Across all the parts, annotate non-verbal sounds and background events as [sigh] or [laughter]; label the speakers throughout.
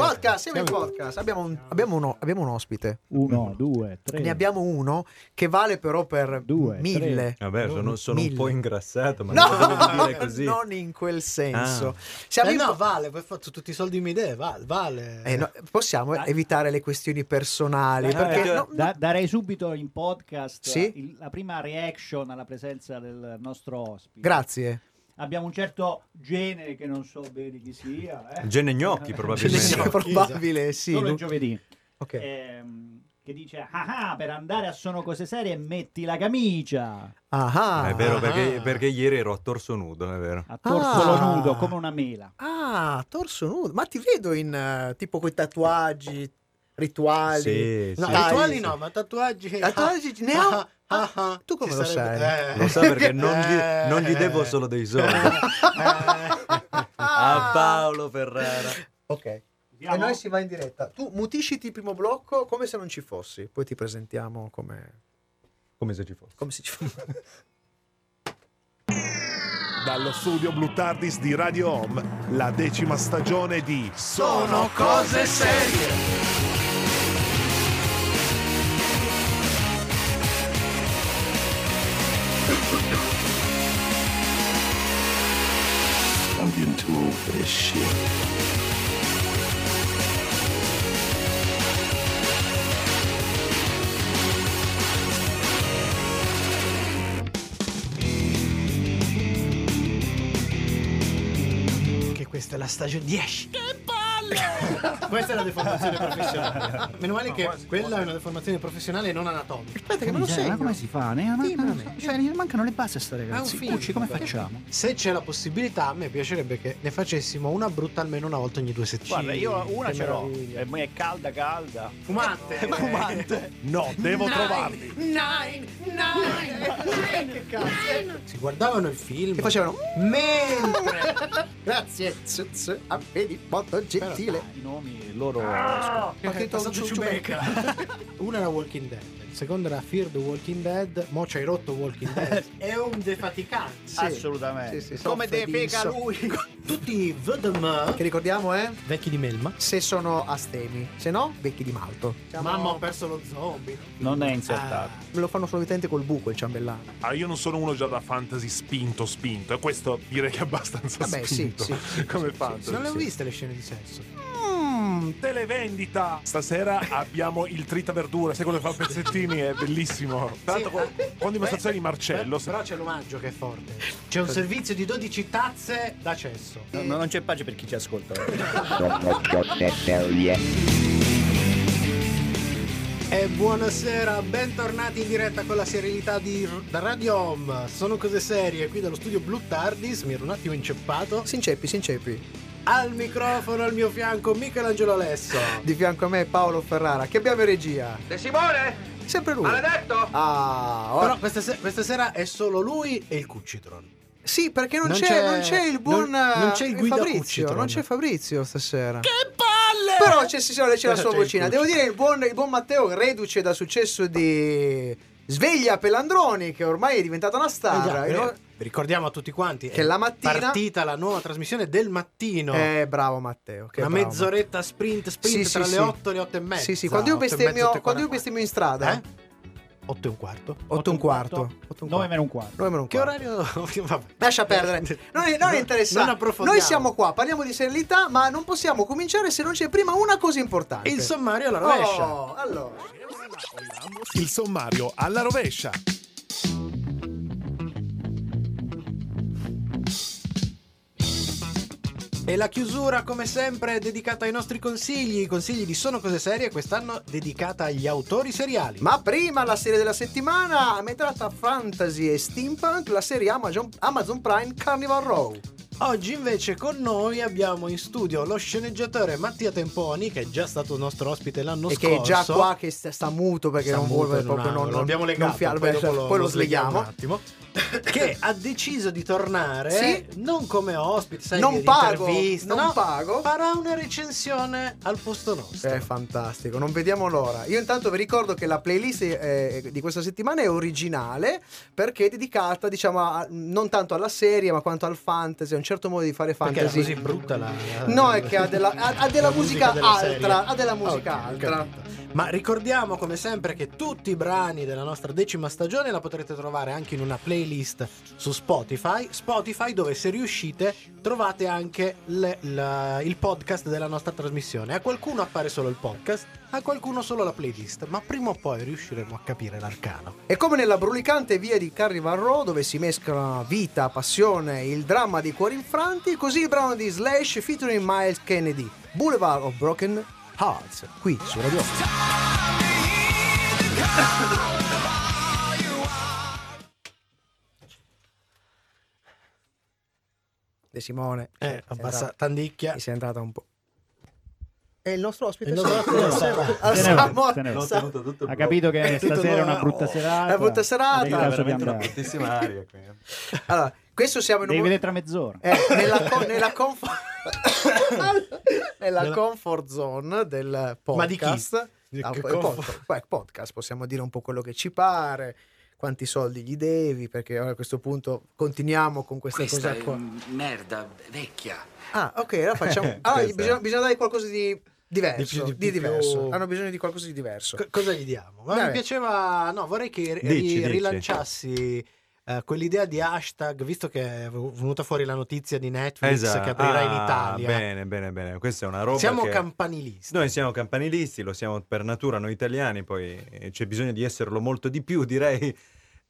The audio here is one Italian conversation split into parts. Speaker 1: podcast, siamo in podcast. Abbiamo un, abbiamo uno- abbiamo un ospite.
Speaker 2: Uno, due, tre.
Speaker 1: Ne abbiamo uno che vale però per
Speaker 2: Due, tre.
Speaker 1: mille.
Speaker 3: Vabbè, sono, sono un
Speaker 1: Mille.
Speaker 3: po' ingrassato, ma Ah, non
Speaker 1: No,
Speaker 3: potevo dire così.
Speaker 1: non in quel senso.
Speaker 3: Ah.
Speaker 1: Siamo
Speaker 4: Eh
Speaker 1: in
Speaker 4: no,
Speaker 1: po-
Speaker 4: vale, poi ho fatto tutti i soldi in idee, vale. vale.
Speaker 1: Eh, no, possiamo
Speaker 2: Ah.
Speaker 1: evitare le questioni personali
Speaker 2: Dai,
Speaker 1: perché
Speaker 3: dai,
Speaker 1: no, no,
Speaker 2: Da- darei subito in podcast
Speaker 1: Sì?
Speaker 2: il- la prima reaction alla presenza del nostro ospite.
Speaker 1: grazie.
Speaker 2: Abbiamo un certo genere che non so bene chi sia. Eh?
Speaker 3: Gene Gnocchi,
Speaker 1: Sì,
Speaker 3: probabilmente.
Speaker 1: sì,
Speaker 4: Esatto.
Speaker 1: probabile, sì.
Speaker 2: Solo
Speaker 1: Lu-
Speaker 2: il giovedì.
Speaker 1: ok.
Speaker 2: Ehm, che dice, ah ah, per andare a sono cose serie metti la camicia.
Speaker 1: Ah, ah.
Speaker 3: È vero,
Speaker 4: Ah.
Speaker 3: perché, perché ieri ero a torso nudo, è vero.
Speaker 2: A torso
Speaker 1: Ah.
Speaker 2: nudo, come una mela.
Speaker 1: Ah, torso nudo. Ma ti vedo in eh, tipo quei tatuaggi, rituali.
Speaker 3: Sì,
Speaker 4: No,
Speaker 3: sì.
Speaker 1: Dai. Eh,
Speaker 4: rituali no, ma tatuaggi...
Speaker 1: Tatuaggi ne ho- Tu come
Speaker 4: ci
Speaker 1: lo
Speaker 4: sarebbe-
Speaker 1: sai?
Speaker 4: eh.
Speaker 3: Lo so perché non gli,
Speaker 4: Eh.
Speaker 3: non gli devo solo dei soldi.
Speaker 4: Eh.
Speaker 1: Ah,
Speaker 3: A Paolo Ferrara.
Speaker 1: Ok. E noi si va in diretta. Tu mutisciti il primo blocco come se non ci fossi, poi ti presentiamo come,
Speaker 3: Come se ci fosse.
Speaker 1: come si ci
Speaker 5: Dallo studio Blue Tardis di Radio Home, la decima stagione di
Speaker 4: Sono cose serie. Che questa è la stagione 10. Che palle! questa è la deformazione professionale. Meno male che quella è una deformazione professionale e non anatomica.
Speaker 1: Aspetta che me lo
Speaker 2: Miseria, ma
Speaker 1: segno.
Speaker 2: come si fa? Ne,
Speaker 1: Sì,
Speaker 2: ma-
Speaker 1: ma-
Speaker 2: ma- cioè, ne mancano le basse a sta ragazzi.
Speaker 4: film.
Speaker 2: Cucci, come facciamo?
Speaker 4: Se c'è la possibilità, a me piacerebbe che ne facessimo una brutta almeno una volta ogni due settimane.
Speaker 6: Guarda, io una
Speaker 4: Che
Speaker 6: ce l'ho. Eh,
Speaker 4: meraviglia.
Speaker 6: E è calda, calda.
Speaker 4: Fumante!
Speaker 6: Fumante.
Speaker 5: No, devo trovarli.
Speaker 4: Si guardavano il film.
Speaker 1: E facevano
Speaker 4: Mentre!
Speaker 1: grazie, z- z- a piedi molto gentile.
Speaker 2: I nomi loro.
Speaker 1: Ah, Partito
Speaker 4: passato
Speaker 1: Ciu-
Speaker 4: Ciubeca. Una era Walking Dead, il secondo era Fear the Walking Dead, mo c'hai rotto Walking Dead. [laughs]
Speaker 1: [laughs]
Speaker 4: È un defaticante. Ah,
Speaker 1: Sì.
Speaker 2: eh,
Speaker 6: Assolutamente.
Speaker 1: Sì, sì,
Speaker 6: come
Speaker 1: soffre
Speaker 6: te
Speaker 1: di
Speaker 6: pega
Speaker 1: inso-
Speaker 6: lui.
Speaker 1: [laughs]
Speaker 4: Tutti i VDM
Speaker 1: Che ricordiamo, eh?
Speaker 4: vecchi di Melma.
Speaker 1: Se sono astemi, se no, vecchi di malto. Siamo-
Speaker 4: Mamma ho perso lo zombie.
Speaker 2: Non è insertato.
Speaker 4: Ah,
Speaker 1: Me lo fanno solamente col buco il ciambellano.
Speaker 5: Ah, io non sono uno già da fantasy spinto, spinto. E questo direi che è abbastanza
Speaker 1: Vabbè, sì,
Speaker 5: spinto.
Speaker 1: sì, sì,
Speaker 5: come
Speaker 1: sì,
Speaker 5: fantasy.
Speaker 4: non le ho viste le scene di sesso.
Speaker 5: Mm, televendita. Stasera abbiamo il trita verdura. Sai quello che fa pezzettini? È bellissimo. Tra l'altro, con, con dimostrazione di Marcello.
Speaker 4: eh, Però, però c'è l'omaggio che
Speaker 1: [laughs]
Speaker 4: è forte. C'è un servizio di 12 tazze da cesso.
Speaker 6: No, no, non c'è pace per chi ci ascolta.
Speaker 4: E buonasera, bentornati in diretta con la serenità di da Radio Home. Sono cose serie qui dallo studio Blue Tardis. Mi ero un attimo inceppato.
Speaker 1: Si inceppi, si inceppi.
Speaker 4: Al microfono al mio fianco Michelangelo Alesso.
Speaker 1: Di fianco a me Paolo Ferrara, che abbiamo in regia.
Speaker 7: De Simone?
Speaker 1: Sempre lui.
Speaker 7: Maledetto?
Speaker 1: Ah, ora-
Speaker 4: Però questa, se- questa sera è solo lui e il
Speaker 1: Eh
Speaker 4: Cucitron.
Speaker 1: Sì, perché non,
Speaker 4: Non
Speaker 1: c'è,
Speaker 4: c'è-
Speaker 1: non c'è il buon
Speaker 4: non- non c'è il
Speaker 1: eh,
Speaker 4: Guida
Speaker 1: Fabrizio,
Speaker 4: Cucitron.
Speaker 1: non c'è Fabrizio stasera. Che palle! Però c'è, sì, sì, c'è la sua
Speaker 4: C'è il
Speaker 1: vocina. Devo dire il buon, il buon Matteo, reduce dal successo di Sveglia Pelandroni, che ormai è diventata una star.
Speaker 4: Eh,
Speaker 1: E no-
Speaker 4: vi ricordiamo a tutti quanti
Speaker 1: Che
Speaker 4: è
Speaker 1: la mattina-
Speaker 4: partita la nuova trasmissione del mattino.
Speaker 1: Eh, bravo Matteo. Che
Speaker 4: una
Speaker 1: bravo.
Speaker 4: mezz'oretta sprint sprint
Speaker 1: Sì,
Speaker 4: tra
Speaker 1: sì,
Speaker 4: le
Speaker 1: sì.
Speaker 4: 8 e le 8 e mezza.
Speaker 1: Sì, sì, quando io
Speaker 4: 8 e mezza,
Speaker 1: bestemmio,
Speaker 4: 8 e
Speaker 1: quando io
Speaker 4: 45.
Speaker 1: bestemmio in strada,
Speaker 4: Eh? 8 e un quarto.
Speaker 1: 8 e un quarto. 8 e un
Speaker 2: 9
Speaker 1: quarto.
Speaker 2: meno
Speaker 1: [laughs]
Speaker 2: un quarto.
Speaker 1: 9 meno un
Speaker 4: Che
Speaker 1: quarto.
Speaker 4: orario? [laughs] Vabbè.
Speaker 1: Lascia perdere, non è, non
Speaker 4: [laughs]
Speaker 1: è
Speaker 4: No, non
Speaker 1: interessante.
Speaker 4: approfondiamo.
Speaker 1: Noi siamo qua, parliamo di serenità, ma non possiamo cominciare se non c'è prima una cosa importante.
Speaker 4: Il sommario alla rovescia.
Speaker 1: Oh, allora.
Speaker 5: Il sommario alla rovescia.
Speaker 4: E la chiusura, come sempre, è dedicata ai nostri consigli. I consigli di Sono Cose Serie, quest'anno dedicata agli autori seriali. Ma
Speaker 1: Ma prima la serie della settimana, a metà tra fantasy e steampunk, la serie Amazon, Amazon Prime Carnival Row.
Speaker 4: oggi, invece, con noi abbiamo in studio lo sceneggiatore Mattia Temponi, che è già stato nostro ospite l'anno
Speaker 1: e
Speaker 4: scorso.
Speaker 1: che è già qua che sta, sta muto perché
Speaker 4: Sta
Speaker 1: non
Speaker 4: muto
Speaker 1: vuole
Speaker 4: in un
Speaker 1: proprio non,
Speaker 4: angolo.
Speaker 1: non,
Speaker 4: L'abbiamo legato,
Speaker 1: non fia-
Speaker 4: poi,
Speaker 1: beh,
Speaker 4: dopo lo,
Speaker 1: poi lo sleghiamo.
Speaker 4: un attimo. [coughs] che ha deciso di tornare
Speaker 1: Sì.
Speaker 4: non come ospite, sai,
Speaker 1: Non
Speaker 4: di
Speaker 1: pago,
Speaker 4: intervista,
Speaker 1: non
Speaker 4: no,
Speaker 1: pago. Eh,
Speaker 4: farà una recensione al posto nostro.
Speaker 1: È fantastico, non vediamo l'ora. Io intanto vi ricordo che la playlist eh, di questa settimana è originale perché è dedicata, diciamo, a- non tanto alla serie, ma quanto al fantasy, a un certo modo di fare
Speaker 4: Perché è
Speaker 1: fantasy.
Speaker 4: così brutta la...
Speaker 1: No, è che ha della, ha- ha della
Speaker 4: la
Speaker 1: musica,
Speaker 4: della serie.
Speaker 1: altra, ha della musica
Speaker 4: Ok, ho
Speaker 1: altra.
Speaker 4: capito. Ma ricordiamo come sempre che tutti i brani della nostra decima stagione la potrete trovare anche in una playlist su Spotify. Spotify dove se riuscite trovate anche le- la- il podcast della nostra trasmissione. A qualcuno appare solo il podcast, a qualcuno solo la playlist, ma prima o poi riusciremo a capire l'arcano.
Speaker 1: E come nella brulicante via di Carri Varro, dove si mescolano vita, passione, il dramma di cuori infranti, così il brano di Slash featuring Miles Kennedy, Boulevard of Broken Hearts, qui su Radio. De Simone,
Speaker 4: Eh, abbassa
Speaker 1: abbassa-
Speaker 4: tandicchia.
Speaker 1: mi sei entrata un po'. E il nostro ospite
Speaker 4: Il nostro
Speaker 1: sarà-
Speaker 4: ospite sarà-
Speaker 1: Ah,
Speaker 2: Se ne va,
Speaker 1: Samuel-
Speaker 2: se ne va.
Speaker 3: L'ho tenuto tutto
Speaker 2: Ha capito che
Speaker 4: tutto
Speaker 2: stasera è una
Speaker 4: nuovo.
Speaker 2: brutta serata.
Speaker 1: È una brutta serata.
Speaker 2: Devi
Speaker 1: Era
Speaker 3: Era
Speaker 2: lasciarti
Speaker 3: veramente una
Speaker 2: andare.
Speaker 3: bruttissima aria qui.
Speaker 1: [laughs] Allora, questo siamo in un
Speaker 2: Devi
Speaker 1: mo-
Speaker 2: vedere tra mezz'ora. [laughs]
Speaker 1: Eh, nella, co- nella comfort
Speaker 4: [coughs]
Speaker 1: nella comfort zone del
Speaker 4: Ma di chi?
Speaker 1: podcast.
Speaker 4: Di
Speaker 1: Ah,
Speaker 4: che
Speaker 1: poi
Speaker 4: comfort?
Speaker 1: podcast, poi podcast, possiamo dire un po' quello che ci pare, quanti soldi gli devi, perché ora a questo punto continuiamo con questa,
Speaker 7: Questa
Speaker 1: cosa
Speaker 7: è
Speaker 1: qua.
Speaker 7: un- merda vecchia.
Speaker 1: Ah, ok, allora
Speaker 4: [laughs]
Speaker 1: facciamo. Allora,
Speaker 3: Questa.
Speaker 1: bisogna, bisogna dare qualcosa di diverso. Di,
Speaker 4: Di più- di più-
Speaker 1: diverso.
Speaker 4: più-
Speaker 1: Hanno bisogno di qualcosa di diverso.
Speaker 4: Co- cosa gli diamo? Ma
Speaker 1: Dai.
Speaker 4: mi piaceva, no, vorrei che ri-
Speaker 3: Dici, dici.
Speaker 4: rilanciassi eh, quell'idea di hashtag, visto che è venuta fuori la notizia di Netflix che aprirà in
Speaker 3: Ah,
Speaker 4: Italia.
Speaker 3: Bene, bene, bene. Questa è una roba
Speaker 4: Siamo
Speaker 3: che...
Speaker 4: campanilisti.
Speaker 3: Noi siamo campanilisti, lo siamo per natura noi italiani, poi eh, c'è bisogno di esserlo molto di più, direi.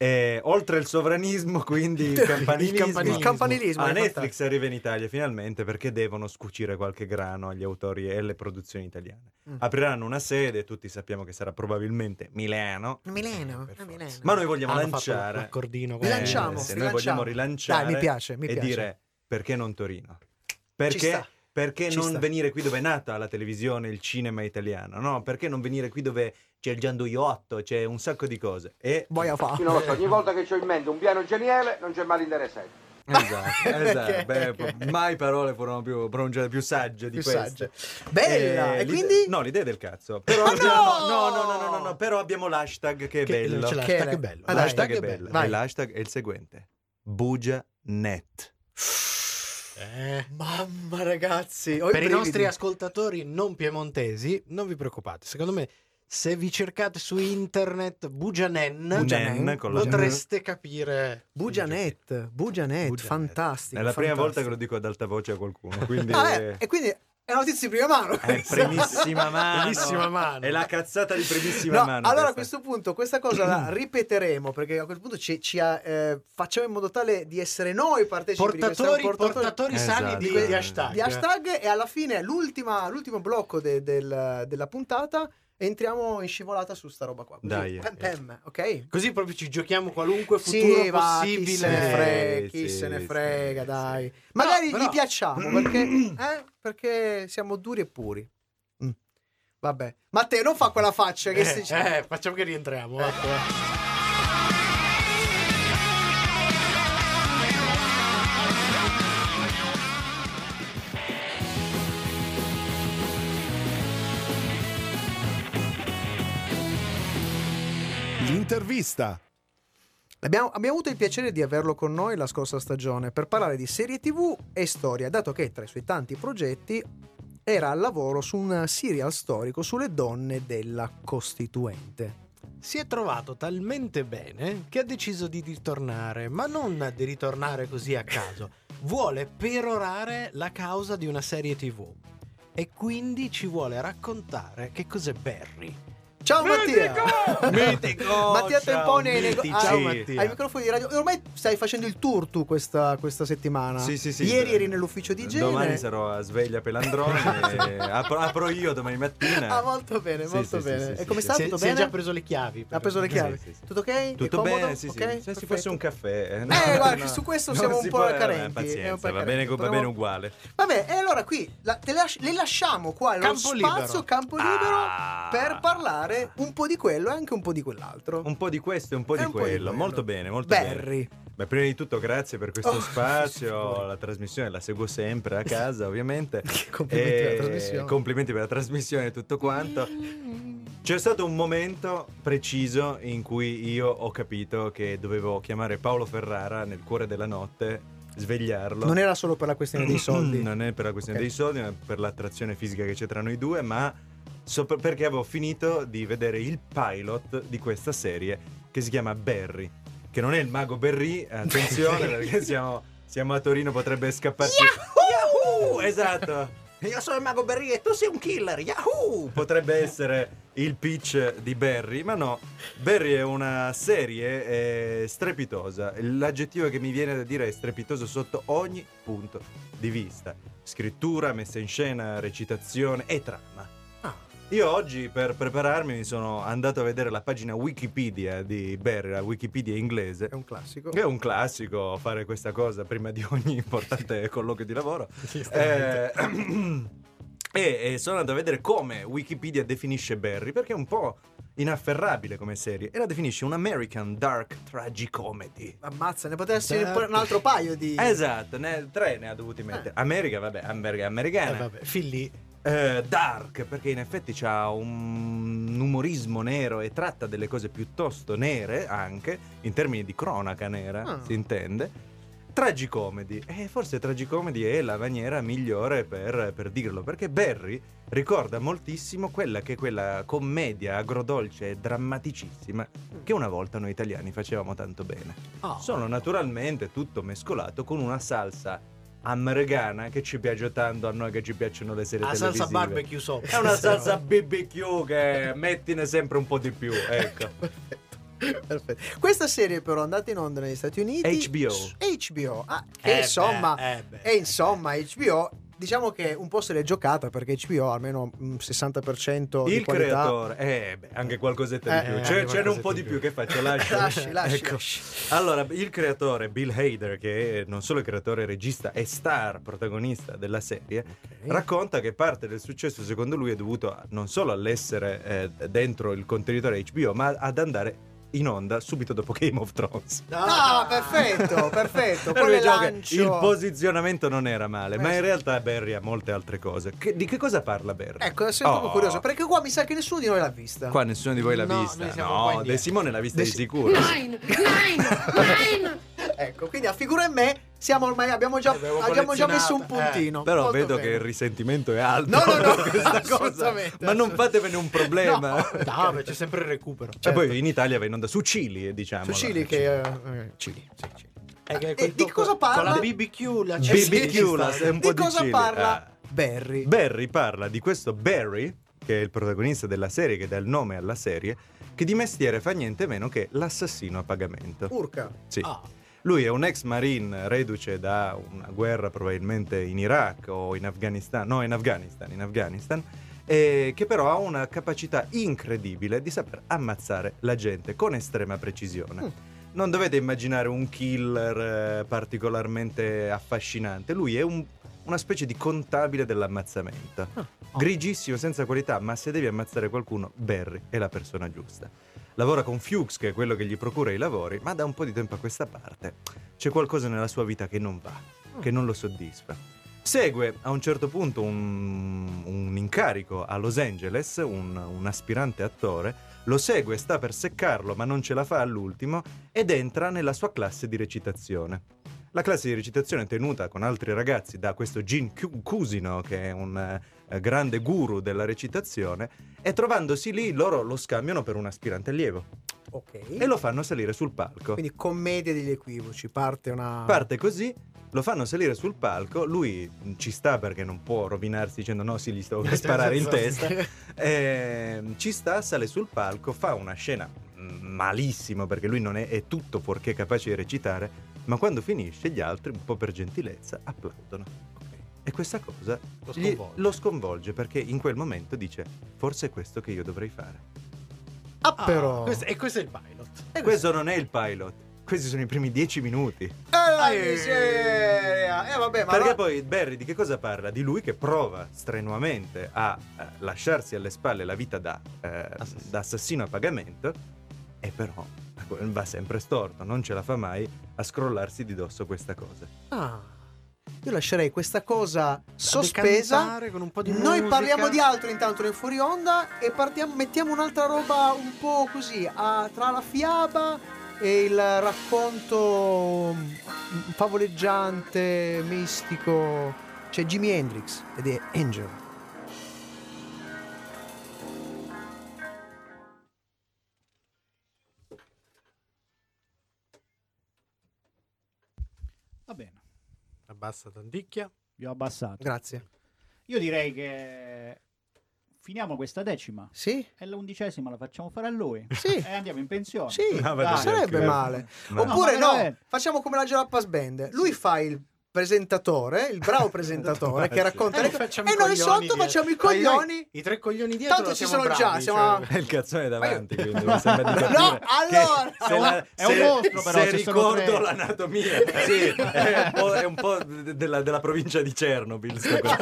Speaker 3: Eh, oltre il sovranismo, quindi il campanilismo.
Speaker 1: [laughs] Il campanilismo.
Speaker 3: Ah,
Speaker 1: è
Speaker 3: Netflix
Speaker 1: fantastico.
Speaker 3: arriva in Italia finalmente perché devono scucire qualche grano agli autori e alle produzioni italiane.
Speaker 1: Mm.
Speaker 3: Apriranno una sede, tutti sappiamo che sarà probabilmente Milano.
Speaker 1: Milano,
Speaker 3: Per
Speaker 1: a
Speaker 3: forza.
Speaker 1: Milano.
Speaker 3: Ma noi vogliamo
Speaker 4: Eh, Hanno fatto
Speaker 3: lanciare.
Speaker 4: l'accordino con-
Speaker 3: Eh,
Speaker 1: Rilanciamo,
Speaker 3: se
Speaker 1: rilanciamo.
Speaker 3: noi vogliamo rilanciare
Speaker 1: Dai, mi piace, mi
Speaker 3: e
Speaker 1: piace.
Speaker 3: dire perché non Torino?
Speaker 1: Ci sta.
Speaker 3: Perché, perché
Speaker 1: Ci
Speaker 3: non
Speaker 1: sta.
Speaker 3: venire qui dove è nata la televisione, il cinema italiano? No, perché non venire qui dove c'è il Gianduiotto, c'è un sacco di cose. E...
Speaker 1: Voglio fa.
Speaker 8: Io non lo so, ogni volta che ho in mente un piano geniale non c'è male interessante.
Speaker 1: [laughs]
Speaker 3: Esatto,
Speaker 1: Che-
Speaker 3: esatto. Beh, po- mai parole furono più pronunciate più sagge di
Speaker 1: Più
Speaker 3: queste. Eh,
Speaker 1: sagge. Bella, e
Speaker 3: l'ide-
Speaker 1: quindi?
Speaker 3: No, l'idea è del cazzo. Però
Speaker 1: Ah,
Speaker 3: abbiamo-
Speaker 1: no!
Speaker 3: no, no, no, no, no, no, però abbiamo l'hashtag che è
Speaker 4: Che-
Speaker 3: bello.
Speaker 4: ce l'ha,
Speaker 1: Che
Speaker 4: sta
Speaker 1: era-
Speaker 4: che bello.
Speaker 1: Ah, dai,
Speaker 3: l'hashtag
Speaker 1: dai,
Speaker 3: è
Speaker 1: che
Speaker 3: bello.
Speaker 1: bello. Vai.
Speaker 3: E l'hashtag è il seguente. Bugia net.
Speaker 4: Eh,
Speaker 1: Mamma ragazzi, ho
Speaker 4: per i
Speaker 1: brividi.
Speaker 4: nostri ascoltatori non piemontesi, non vi preoccupate. Secondo me, se vi cercate su internet Bugianen,
Speaker 1: Bugianen,
Speaker 3: Nen con la
Speaker 4: potreste capire.
Speaker 1: Bugianet, Bugianet,
Speaker 4: Bugianet.
Speaker 1: fantastico.
Speaker 3: È la prima
Speaker 1: fantastico.
Speaker 3: volta che lo dico ad alta voce a
Speaker 1: [laughs]
Speaker 3: qualcuno, quindi
Speaker 1: Ah, eh, e quindi è notizia di prima mano. [laughs]
Speaker 4: Eh,
Speaker 3: è primissima mano.
Speaker 4: Bellissima [laughs] mano.
Speaker 3: È la [laughs] cazzata di primissima
Speaker 1: No,
Speaker 3: mano.
Speaker 1: allora a
Speaker 3: questa.
Speaker 1: questo punto questa cosa la ripeteremo perché a quel punto ci, ci, eh, facciamo in modo tale di essere noi partecipi
Speaker 4: Portatori,
Speaker 1: di questa portatori
Speaker 4: portatori sani
Speaker 3: Esatto.
Speaker 4: di,
Speaker 1: di
Speaker 4: di
Speaker 1: que-
Speaker 4: hashtag.
Speaker 1: di hashtag e alla fine l'ultima- l'ultimo blocco de- del- della puntata entriamo in scivolata su sta roba qua. Così,
Speaker 3: Dai,
Speaker 1: pam,
Speaker 3: eh.
Speaker 1: pam, ok?
Speaker 4: Così proprio ci giochiamo qualunque futuro
Speaker 1: Sì, va, chi se ne
Speaker 4: possibile.
Speaker 1: frega,
Speaker 3: Eh,
Speaker 1: chi
Speaker 3: sì,
Speaker 1: se ne
Speaker 3: sì,
Speaker 1: frega,
Speaker 3: sì.
Speaker 1: dai. Magari
Speaker 4: Però- però-
Speaker 1: gli piacciamo perché, eh, perché siamo duri e puri. Mm. Vabbè. Matteo, non fa quella faccia
Speaker 4: [clears throat]
Speaker 1: che si...
Speaker 4: [laughs] Eh, eh, facciamo che rientriamo. ecco. va.
Speaker 9: L'intervista.
Speaker 1: Abbiamo, abbiamo avuto il piacere di averlo con noi la scorsa stagione per parlare di serie TV e storia, dato che tra i suoi tanti progetti era al lavoro su un serial storico sulle donne della Costituente.
Speaker 4: Si è trovato talmente bene che ha deciso di ritornare, ma non di ritornare così a caso. Vuole perorare la causa di una serie TV e quindi ci vuole raccontare che cos'è Barry.
Speaker 1: Ciao Mattia!
Speaker 3: Mitico!
Speaker 1: [laughs] Mattia
Speaker 3: Ciao,
Speaker 1: Tempone ai nego-
Speaker 3: mitici.
Speaker 1: ah,
Speaker 3: Ciao,
Speaker 1: ai microfoni di radio. E Ormai stai facendo il tour tu questa, questa settimana.
Speaker 3: Sì, sì, sì.
Speaker 1: Ieri eri nell'ufficio di Gene.
Speaker 3: Domani sarò a
Speaker 1: [laughs]
Speaker 3: sveglia Pelandroni. e apro, apro io domani mattina.
Speaker 1: Ah, molto bene,
Speaker 3: Sì,
Speaker 1: molto
Speaker 3: sì,
Speaker 1: bene.
Speaker 3: sì, sì,
Speaker 1: e come
Speaker 3: sì,
Speaker 1: sta?
Speaker 4: Si,
Speaker 1: Tutto
Speaker 4: si è
Speaker 1: bene?
Speaker 4: già preso le chiavi.
Speaker 1: Ha preso le chiavi.
Speaker 3: Sì, sì, sì.
Speaker 1: Tutto ok? È
Speaker 3: Tutto
Speaker 1: comodo?
Speaker 3: bene, sì, sì.
Speaker 1: Ok?
Speaker 3: Se ci
Speaker 1: Perfetto.
Speaker 3: fosse un caffè.
Speaker 1: Eh, guarda, su questo
Speaker 3: Non
Speaker 1: siamo un
Speaker 3: si
Speaker 1: po'
Speaker 3: può- vabbè,
Speaker 1: carenti, è un po'
Speaker 3: Pazienza, va
Speaker 1: carenti.
Speaker 3: bene, va bene
Speaker 1: Potremmo-
Speaker 3: uguale.
Speaker 1: Vabbè, e allora qui la- te lasci- le lasciamo qua allo
Speaker 4: Campo
Speaker 1: spazio
Speaker 4: libero.
Speaker 1: campo libero
Speaker 3: Ah.
Speaker 1: per parlare un po' di quello e anche un po' di quell'altro.
Speaker 3: Un po' di questo e un po'
Speaker 1: E
Speaker 3: di
Speaker 1: un po' di
Speaker 3: quello.
Speaker 1: quello.
Speaker 3: Molto bene, molto bene.
Speaker 1: Barry.
Speaker 3: Beh, prima di tutto grazie per questo
Speaker 1: Oh, [laughs]
Speaker 3: spazio,
Speaker 1: figurati.
Speaker 3: la trasmissione la seguo sempre a casa ovviamente.
Speaker 1: Complimenti per la
Speaker 3: E
Speaker 1: trasmissione.
Speaker 3: Eh, Complimenti per la trasmissione e tutto quanto. C'è stato un momento preciso in cui io ho capito che dovevo chiamare Paolo Ferrara nel cuore della notte svegliarlo.
Speaker 1: Non era solo per la questione dei soldi.
Speaker 3: Non è per la questione
Speaker 1: Ok.
Speaker 3: dei soldi, ma per l'attrazione fisica che c'è tra noi due, ma sopra- perché avevo finito di vedere il pilot di questa serie che si chiama Barry, che non è il mago Barry,
Speaker 1: [laughs]
Speaker 3: attenzione perché siamo, siamo a Torino, potrebbe scapparci. Yahoo! Esatto. Io sono il mago Barry e tu sei un killer. Yahoo! Potrebbe essere il pitch di Barry, ma no. Barry è una serie eh, strepitosa. L'aggettivo che mi viene da dire è strepitoso sotto ogni punto di vista. Scrittura, messa in scena, recitazione e trama. Io oggi per prepararmi mi sono andato a vedere la pagina Wikipedia di Barry, la Wikipedia inglese.
Speaker 1: È un
Speaker 4: [laughs]
Speaker 1: classico.
Speaker 3: È un classico fare questa cosa prima di ogni importante colloquio di lavoro. Eh, [clears throat] e, e sono andato a vedere come Wikipedia definisce Barry, perché è un po' inafferrabile come serie, e la definisce un American Dark Tragicomedy.
Speaker 1: Ammazza, ne poteva essere
Speaker 4: Esatto.
Speaker 1: un po- un altro paio di... [laughs]
Speaker 3: Esatto, ne, tre ne ha dovuti mettere. Ah. America, vabbè, America,
Speaker 4: Eh,
Speaker 3: americana.
Speaker 4: vabbè, fin lì.
Speaker 3: Eh, dark, perché in effetti ha un umorismo nero e tratta delle cose piuttosto nere anche, in termini di cronaca nera,
Speaker 1: Ah.
Speaker 3: si intende. Tragicomedy, e forse tragicomedy è la maniera migliore per, per dirlo, perché Barry ricorda moltissimo quella che è quella commedia agrodolce e drammaticissima che una volta noi italiani facevamo tanto bene.
Speaker 4: Oh.
Speaker 3: Sono naturalmente tutto mescolato con una salsa americana che ci piace tanto a noi che ci piacciono le serie
Speaker 4: La
Speaker 3: televisive.
Speaker 4: salsa barbecue sopra. [laughs]
Speaker 3: È una salsa BBQ che mettine sempre un po' di più, ecco.
Speaker 1: Perfetto. Perfetto. Questa serie però è andata in onda negli Stati Uniti.
Speaker 3: HBO.
Speaker 1: S- HBO. ah,
Speaker 4: Eh
Speaker 1: che
Speaker 4: beh,
Speaker 1: insomma...
Speaker 4: eh beh.
Speaker 1: E insomma HBO... Diciamo che un po' se l'è giocata perché HBO ha almeno un 60% di
Speaker 3: Il
Speaker 1: qualità.
Speaker 3: creatore, eh, beh, anche qualcosetta
Speaker 1: Eh,
Speaker 3: di
Speaker 1: eh,
Speaker 3: più. Cioè, C'è,
Speaker 4: anche
Speaker 3: ce n'è un
Speaker 4: qualcosetta
Speaker 3: po'
Speaker 4: di
Speaker 3: di
Speaker 4: più.
Speaker 3: più,
Speaker 1: [laughs]
Speaker 3: che faccio? Lascio.
Speaker 1: Lasci, lasci,
Speaker 3: Ecco.
Speaker 1: lasci.
Speaker 3: Allora, il creatore Bill Hader, che è non solo il creatore, regista e star protagonista della serie, Eh. racconta che parte del successo secondo lui è dovuto a- non solo all'essere eh, dentro il contenitore HBO, ma ad andare in onda subito dopo Game of Thrones.
Speaker 1: No, perfetto,
Speaker 3: [laughs]
Speaker 1: perfetto.
Speaker 3: Lui
Speaker 1: Poi
Speaker 3: diciamo che
Speaker 1: lancio.
Speaker 3: Il posizionamento non era male,
Speaker 1: Eh,
Speaker 3: ma
Speaker 1: sì.
Speaker 3: in realtà Barry ha molte altre cose. Che- di che cosa parla Barry?
Speaker 1: Ecco, sono proprio
Speaker 3: Oh.
Speaker 1: curioso perché qua mi sa che nessuno di noi l'ha vista.
Speaker 3: Qua nessuno di voi l'ha
Speaker 4: No,
Speaker 3: vista.
Speaker 4: noi siamo un po'
Speaker 3: No,
Speaker 4: indietro.
Speaker 3: De Simone l'ha vista
Speaker 1: De
Speaker 3: di
Speaker 1: Si-
Speaker 3: sicuro.
Speaker 1: Ecco, quindi a figura in me siamo ormai abbiamo già,
Speaker 4: Abbiamo
Speaker 1: abbiamo già
Speaker 4: collezionato,
Speaker 1: messo un
Speaker 4: eh.
Speaker 1: puntino.
Speaker 3: Però
Speaker 1: Molto
Speaker 3: vedo
Speaker 1: bene.
Speaker 3: che il risentimento è alto.
Speaker 1: No, no, no,
Speaker 3: [laughs] per questa cosa.
Speaker 1: assolutamente,
Speaker 3: Ma non
Speaker 1: assolutamente.
Speaker 3: fatevene un [laughs] problema.
Speaker 1: No. Certo.
Speaker 3: E
Speaker 4: No, beh, c'è sempre il recupero. Certo.
Speaker 3: poi in Italia va in onda su Cili, diciamo.
Speaker 1: Su Cili che eh, Cili, sì, Cili.
Speaker 4: Eh, che
Speaker 1: E
Speaker 4: quel
Speaker 1: di
Speaker 4: tocco-
Speaker 1: cosa parla?
Speaker 4: Con la BBQ, la
Speaker 1: Eh sì, ci
Speaker 3: BBQ,
Speaker 1: sta.
Speaker 3: la- è un
Speaker 1: Di
Speaker 3: po' di
Speaker 1: cosa
Speaker 3: Cili.
Speaker 1: parla
Speaker 3: Ah.
Speaker 1: Barry?
Speaker 3: Barry parla di questo Barry, che è il protagonista della serie, che dà il nome alla serie, che di mestiere fa niente meno che l'assassino a pagamento.
Speaker 1: Urca.
Speaker 3: Sì.
Speaker 4: Ah.
Speaker 3: Lui è un ex marine reduce da una guerra probabilmente in Iraq o in Afghanistan, no in Afghanistan, in Afghanistan, eh, che però ha una capacità incredibile di saper ammazzare la gente con estrema precisione. Non dovete immaginare un killer eh, particolarmente affascinante, lui è un- una specie di contabile dell'ammazzamento. Grigissimo, senza qualità, ma se devi ammazzare qualcuno, Barry è la persona giusta lavora con Fuchs, che è quello che gli procura i lavori, ma da un po' di tempo a questa parte c'è qualcosa nella sua vita che non va, che non lo soddisfa. Segue a un certo punto un, un incarico a Los Angeles, un, un aspirante attore, lo segue, sta per seccarlo, ma non ce la fa all'ultimo ed entra nella sua classe di recitazione. La classe di recitazione è tenuta con altri ragazzi da questo Gene Cu- Cusino, che è un eh, grande guru della recitazione, e trovandosi lì loro lo scambiano per un aspirante allievo
Speaker 1: Ok.
Speaker 3: e lo fanno salire sul palco.
Speaker 1: Quindi commedia degli equivoci, parte una
Speaker 4: [laughs]
Speaker 3: Parte così, lo fanno salire sul palco, lui ci sta perché non può rovinarsi dicendo no sì gli
Speaker 4: [laughs]
Speaker 3: stavo per sparare
Speaker 4: Esatto.
Speaker 3: in testa, Ehm, ci sta, sale sul palco, fa una scena mm, malissimo perché lui non è, è tutto fuorché capace di recitare, ma quando finisce gli altri, un po' per gentilezza, applaudono. E questa cosa
Speaker 4: Lo
Speaker 3: gli-
Speaker 4: sconvolge.
Speaker 3: lo sconvolge perché in quel momento dice forse è questo che io dovrei fare.
Speaker 1: Ah,
Speaker 4: Ah,
Speaker 1: però.
Speaker 4: questo- e questo è il pilot.
Speaker 3: E questo non è il pilot. Questi sono i primi dieci minuti.
Speaker 1: Eh, la miseria. Eh vabbè, ma
Speaker 3: Perché
Speaker 1: la-
Speaker 3: poi Barry di che cosa parla? Di lui che prova strenuamente a eh, lasciarsi alle spalle la vita da, eh, da assassino a pagamento, e però va sempre storto, non ce la fa mai a scrollarsi di dosso questa cosa. [laughs]
Speaker 4: Ah,
Speaker 1: io lascerei questa cosa sospesa.
Speaker 4: decantare con un po' di
Speaker 1: Noi
Speaker 4: musica.
Speaker 1: parliamo di altro intanto nel fuori onda e partiamo, mettiamo un'altra roba un po' così, a- tra la fiaba e il racconto mm, favoleggiante, mistico. C'è Jimi Hendrix ed è Angel.
Speaker 2: Va bene,
Speaker 4: Abbassa tandicchia.
Speaker 2: vi ho abbassato.
Speaker 1: Grazie.
Speaker 2: Io direi che finiamo questa decima.
Speaker 1: Sì?
Speaker 2: E l'undicesima la facciamo fare a lui.
Speaker 1: Sì.
Speaker 2: E andiamo in pensione.
Speaker 1: Sì,
Speaker 3: No,
Speaker 1: non
Speaker 3: dai,
Speaker 1: sarebbe
Speaker 3: ok.
Speaker 1: male.
Speaker 3: No.
Speaker 1: Oppure
Speaker 2: No, eh, ma
Speaker 1: no,
Speaker 2: veramente.
Speaker 1: facciamo come la Jalapas Band. Lui fa il presentatore, il bravo
Speaker 4: [laughs]
Speaker 1: presentatore che racconta
Speaker 4: Eh,
Speaker 1: le cose
Speaker 4: facciamo
Speaker 1: e
Speaker 4: i
Speaker 1: noi
Speaker 4: coglioni
Speaker 1: sotto
Speaker 4: dietro.
Speaker 1: facciamo i
Speaker 4: Ma noi-
Speaker 1: coglioni.
Speaker 4: I tre coglioni dietro.
Speaker 1: Tanto ci sono
Speaker 4: siamo
Speaker 1: già,
Speaker 4: bravi,
Speaker 1: siamo
Speaker 4: cioè.
Speaker 1: [laughs]
Speaker 3: È il cazzone davanti, quindi mi sembra di
Speaker 1: No,
Speaker 3: capire
Speaker 1: allora!
Speaker 3: che se la-
Speaker 2: È un
Speaker 3: se-
Speaker 2: mostro, però,
Speaker 3: Se
Speaker 2: ci sono
Speaker 3: ricordo
Speaker 2: tre.
Speaker 3: l'anatomia, sì, [laughs] è un po', è un po' de- della, della provincia di Chernobyl. sta cosa.